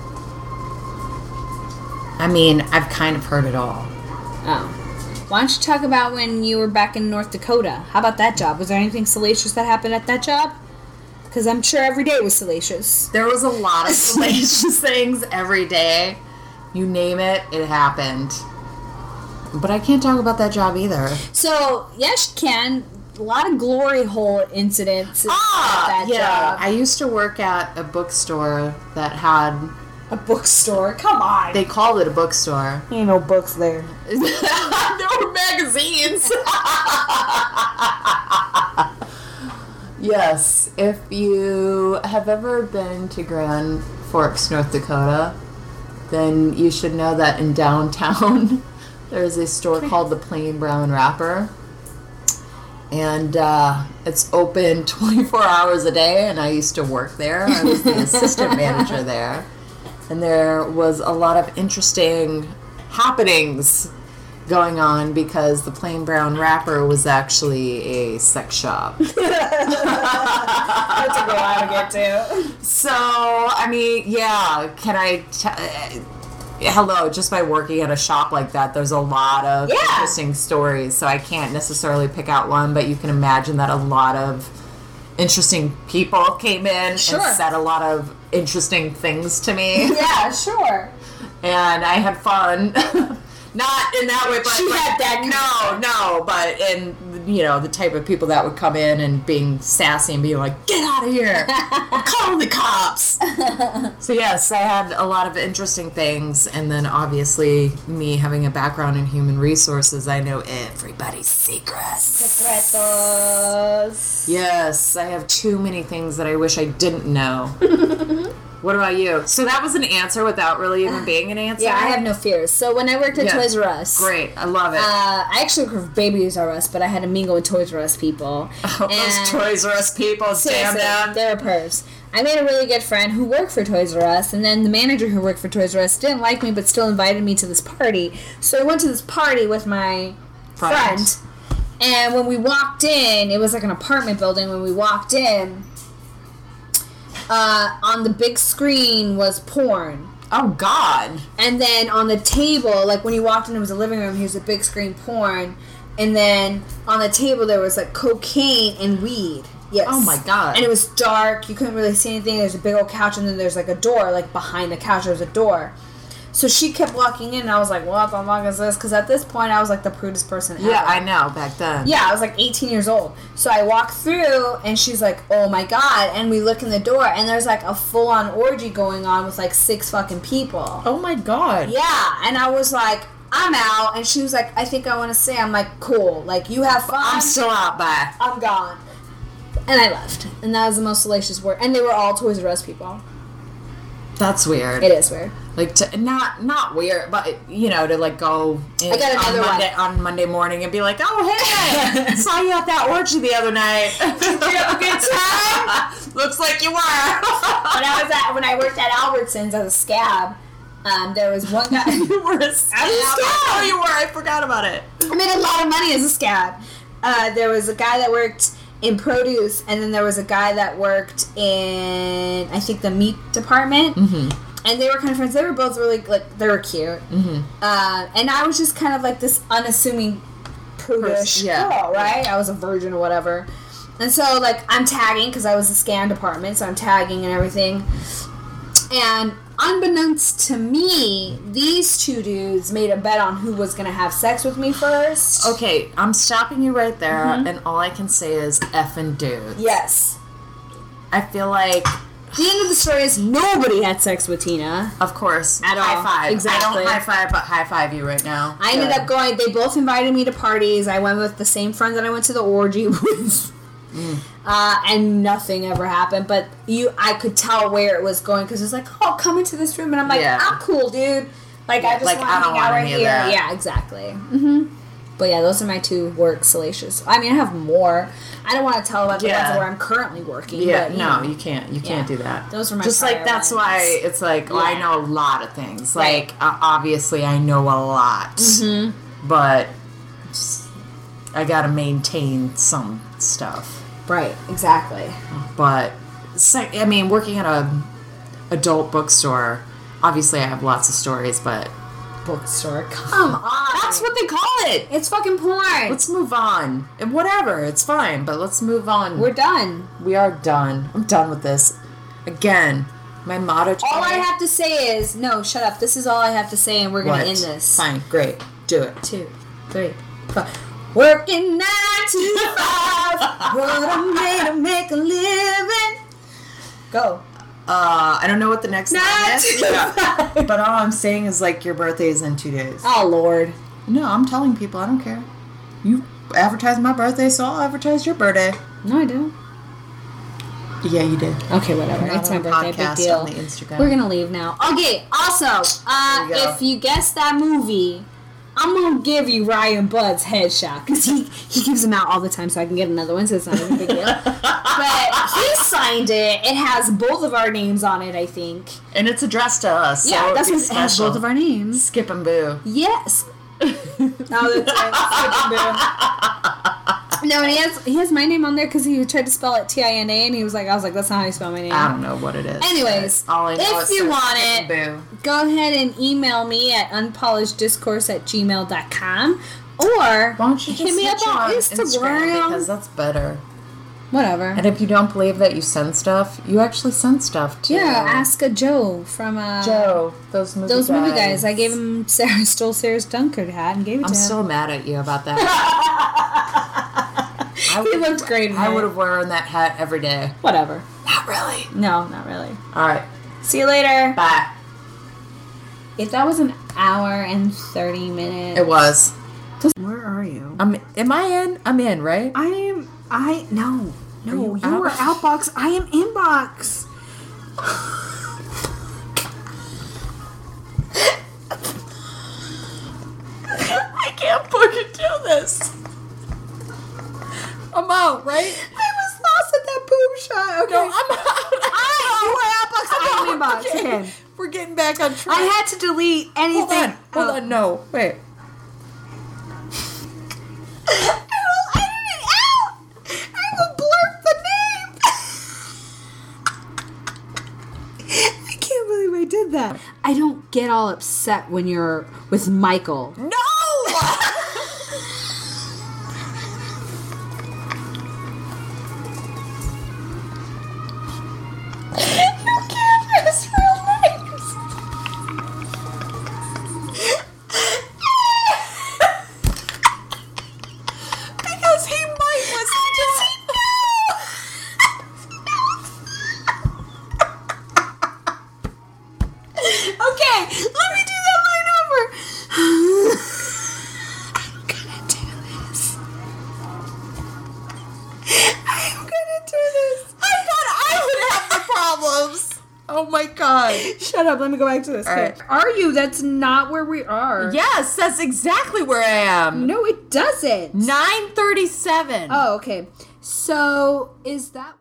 S9: I mean, I've kind of heard it all.
S8: oh why don't you talk about when you were back in north dakota how about that job was there anything salacious that happened at that job because i'm sure every day was salacious
S9: There was a lot of salacious things every day. You name it, it happened. But I can't talk about that job either.
S8: so yes you can a lot of glory hole incidents
S9: Ah,
S8: at that uh, job
S9: I used to work at a bookstore that had
S8: a bookstore come on
S9: they called it a bookstore.
S8: ain't no books there
S9: (laughs) there were magazines. (laughs) yes, if you have ever been to Grand Forks, North Dakota, then you should know that in downtown (laughs) there is a store called the Plain Brown Wrapper. And uh, it's open (laughs) 24 hours a day, and I used to work there. I was the assistant manager there. and there was a lot of interesting happenings going on because the plain brown wrapper was actually a sex
S8: (laughs)
S9: shop.
S8: That's a go out to get to.
S9: So, I mean, yeah, can I? T- uh, hello, just by working at a shop like that, there's a lot of
S8: Yeah.
S9: interesting stories. So, I can't necessarily pick out one, but you can imagine that a lot of interesting people came in
S8: Sure.
S9: and said a lot of interesting things to me.
S8: (laughs) Yeah, sure.
S9: and I had fun. (laughs) Not in that way, but
S8: She
S9: but-
S8: had that
S9: No, no, but in you know the type of people that would come in and being sassy and being like, "Get out of
S8: (laughs)
S9: here! I'm calling the cops." so yes, I had a lot of interesting things, and then obviously me having a background in human resources, I know everybody's secrets.
S8: Secretos.
S9: Yes, I have too many things that I wish I didn't
S8: (laughs)
S9: know. what about you? So that was an answer without really
S8: (sighs)
S9: even being an answer.
S8: Yeah, I have no fears. So when I worked at
S9: Yeah.
S8: Toys R Us,
S9: Great, I love it.
S8: Uh, I actually worked with Babies R Us, but I had to mingle with Toys R Us
S9: (laughs)
S8: people.
S9: Oh, Those Toys R Us people, damn
S8: Seriously,
S9: them.
S8: They were pervs. I made a really good friend who worked for Toys R Us, and then the manager who worked for Toys R Us didn't like me, but still invited me to this party. So I went to this party with my friend.
S9: Friend.
S8: and when we walked in, it was like an apartment building. When we walked in, uh, on the big screen was porn.
S9: Oh God.
S8: And then on the table, like when you walked in, it was a living room. Here's a big screen porn. And then on the table, there was like cocaine and weed. Yes.
S9: Oh, my God.
S8: And it was dark. You couldn't really see anything. There's a big old couch, and then there's like a door. Like behind the couch, there was a door. So she kept walking in, and I was like, "What the fuck is this?" Because at this point, I was like the prudest person.
S9: Yeah,
S8: ever.
S9: I know. Back then.
S8: Yeah, I was like 18 years old. So I walk through, and she's like, "Oh my god!" And we look in the door, and there's like a full-on orgy going on with like six fucking people.
S9: Oh my God.
S8: Yeah, and I was like, I'm out, and she was like, I think I want to stay. I'm like, cool, like you have fun.
S9: I'm still out. Bye.
S8: I'm gone, and I left, and that was the most salacious word. And they were all Toys R Us people.
S9: That's weird.
S8: It is weird.
S9: Like to, not not weird, but you know to like go. In,
S8: I got
S9: on
S8: another one.
S9: Monday, on Monday morning and be like, oh hey,
S8: (laughs)
S9: saw you at that orgy the other night. Did you have a good time? (laughs) Looks like you were.
S8: When Oh, I
S9: (laughs)
S8: was at when I worked at Albertsons as a scab, um, there was one (laughs) guy.
S9: you were a Oh, you were. I forgot about it.
S8: I made a lot of money as a scab. Uh, there was a guy that worked in produce, and then there was a guy that worked in I think the meat department.
S9: Mm-hmm.
S8: And they were kind of friends. They were both really like they were cute. Mm-hmm. Uh, and I was just kind of like this unassuming prudish
S9: Person, yeah.
S8: girl, right? I was a virgin or whatever. And so like I'm tagging because I was the scan department, so I'm tagging and everything. And unbeknownst to me, these two dudes made a bet on who was gonna have sex with me first.
S9: Okay, I'm stopping you right there,
S8: Mm-hmm.
S9: and all I can say is effing dude.
S8: Yes.
S9: I feel like
S8: The end of the story is nobody had sex with Tina.
S9: Of course.
S8: At all.
S9: High five. I
S8: Exactly.
S9: don't high five, but high five you right now.
S8: I ended up going. They both invited me to parties. I went with the same friend that I went to the orgy (laughs) with,
S9: Mm.
S8: uh, and nothing ever happened. But you, I could tell where it was going because it's like, oh, come into this room, and I'm like,
S9: Yeah.
S8: I'm cool, dude. Like I just
S9: Like,
S8: want
S9: I
S8: to hang
S9: don't
S8: out
S9: want
S8: right
S9: any of
S8: here.
S9: that.
S8: Yeah, exactly. hmm But yeah, those are my two work salacious. I mean, I have more. I don't want to tell about the
S9: Yeah.
S8: ones where I'm currently working.
S9: Yeah,
S8: but, you
S9: no,
S8: know.
S9: you can't. You can't
S8: Yeah.
S9: do that.
S8: Those were my
S9: Just like
S8: prior
S9: that's
S8: ones.
S9: why it's like oh,
S8: Yeah.
S9: I know a lot of things.
S8: Right. Mm-hmm.
S9: Like uh, obviously I know a lot, but just- I gotta maintain some stuff.
S8: right, exactly.
S9: But sec- I mean, working at a adult bookstore, obviously I have lots of stories, but bookstore.
S8: Come on,
S9: That's what they call it.
S8: it's fucking porn.
S9: Let's move on. And Whatever, it's fine, but let's move on.
S8: We're done.
S9: We are done. I'm done with this. Again, my motto.
S8: All I
S9: today-
S8: have to say is no. Shut up. This is all I have to say, and we're gonna
S9: What?
S8: end this.
S9: Fine, great. Do it.
S8: Two, three, four. Working nine to five. (laughs) what a way to make a living. Go.
S9: Uh, I don't know what the next line
S8: Not (laughs)
S9: is. Yeah. But all I'm saying is like your birthday is in two days.
S8: Oh Lord.
S9: No, I'm telling people I don't care. You advertised my birthday, so I'll advertise your birthday.
S8: No, I don't.
S9: Yeah, you did.
S8: Okay, whatever. it's my
S9: on the
S8: birthday. Big
S9: podcast,
S8: deal.
S9: on the Instagram.
S8: We're gonna leave now. Okay. Also, uh,
S9: There you go.
S8: if you guess that movie, I'm gonna give you Ryan Bud's
S9: (laughs)
S8: headshot because he he gives them out all the time, so I can get another one. So it's not even a big deal. but he signed find it. It has both of our names on it, I think.
S9: And it's addressed to us.
S8: yeah,
S9: so
S8: that's what
S9: it's
S8: it has
S9: special.
S8: both of our names.
S9: Skip and boo. (laughs)
S8: Yes. no, that's right. Skip and boo. No, and he has he has my name on there because he tried to spell it T I N A, and he was like, I was like, that's not how you spell my name.
S9: I don't know what it is.
S8: Anyways,
S9: but all I know
S8: if
S9: is
S8: you
S9: skip
S8: want
S9: and boo.
S8: Go ahead and email me at unpolishediscourse at gmail.com or
S9: Why don't you just
S8: hit me up
S9: hit you
S8: on
S9: on
S8: Instagram.
S9: because that's better.
S8: Whatever.
S9: And if you don't believe that you send stuff, you actually send stuff to
S8: Yeah, ask a Joe from uh,
S9: Joe. Those movie
S8: those
S9: guys.
S8: movie guys. I gave him Sarah (laughs) stole Sarah's Dunkard hat and gave it to
S9: I'm
S8: him.
S9: still mad at you about (laughs) that. I
S8: he
S9: would-
S8: looked great. In
S9: I
S8: it.
S9: would have worn that hat every day.
S8: Whatever.
S9: Not really.
S8: No, not really.
S9: All right.
S8: See you later.
S9: Bye.
S8: If that was an hour and thirty minutes,
S9: It was.
S10: Where are you?
S9: I'm. Am I in? I'm in, right?
S10: I am. I no, no. You,
S9: out?
S10: are outbox. I am inbox.
S9: (laughs) I can't fucking do this. I'm out, right?
S10: I was lost at that poop shot. Okay.
S9: No, I'm out. (laughs)
S10: I, you
S9: I'm
S10: were outbox. I am inbox.
S9: Okay.
S10: Okay.
S9: We're getting back on track.
S10: I had to delete anything.
S9: hold on. Hold
S10: Oh.
S9: on. No. Wait.
S10: I didn't out. I will blurp the name. I can't believe I did that. I don't get all upset when you're with Michael.
S9: No.
S10: you can't dress real names. because he might listen to okay, let me do that line over. I'm gonna do this. (laughs) I'm gonna do this. I thought I would have the
S9: Problems. Oh my god.
S10: Shut up. Let me go back to this.
S9: All right.
S10: Are you? That's not where we are.
S9: Yes, that's exactly where I am.
S10: No, it doesn't.
S9: Nine thirty-seven.
S10: Oh, okay. So is that?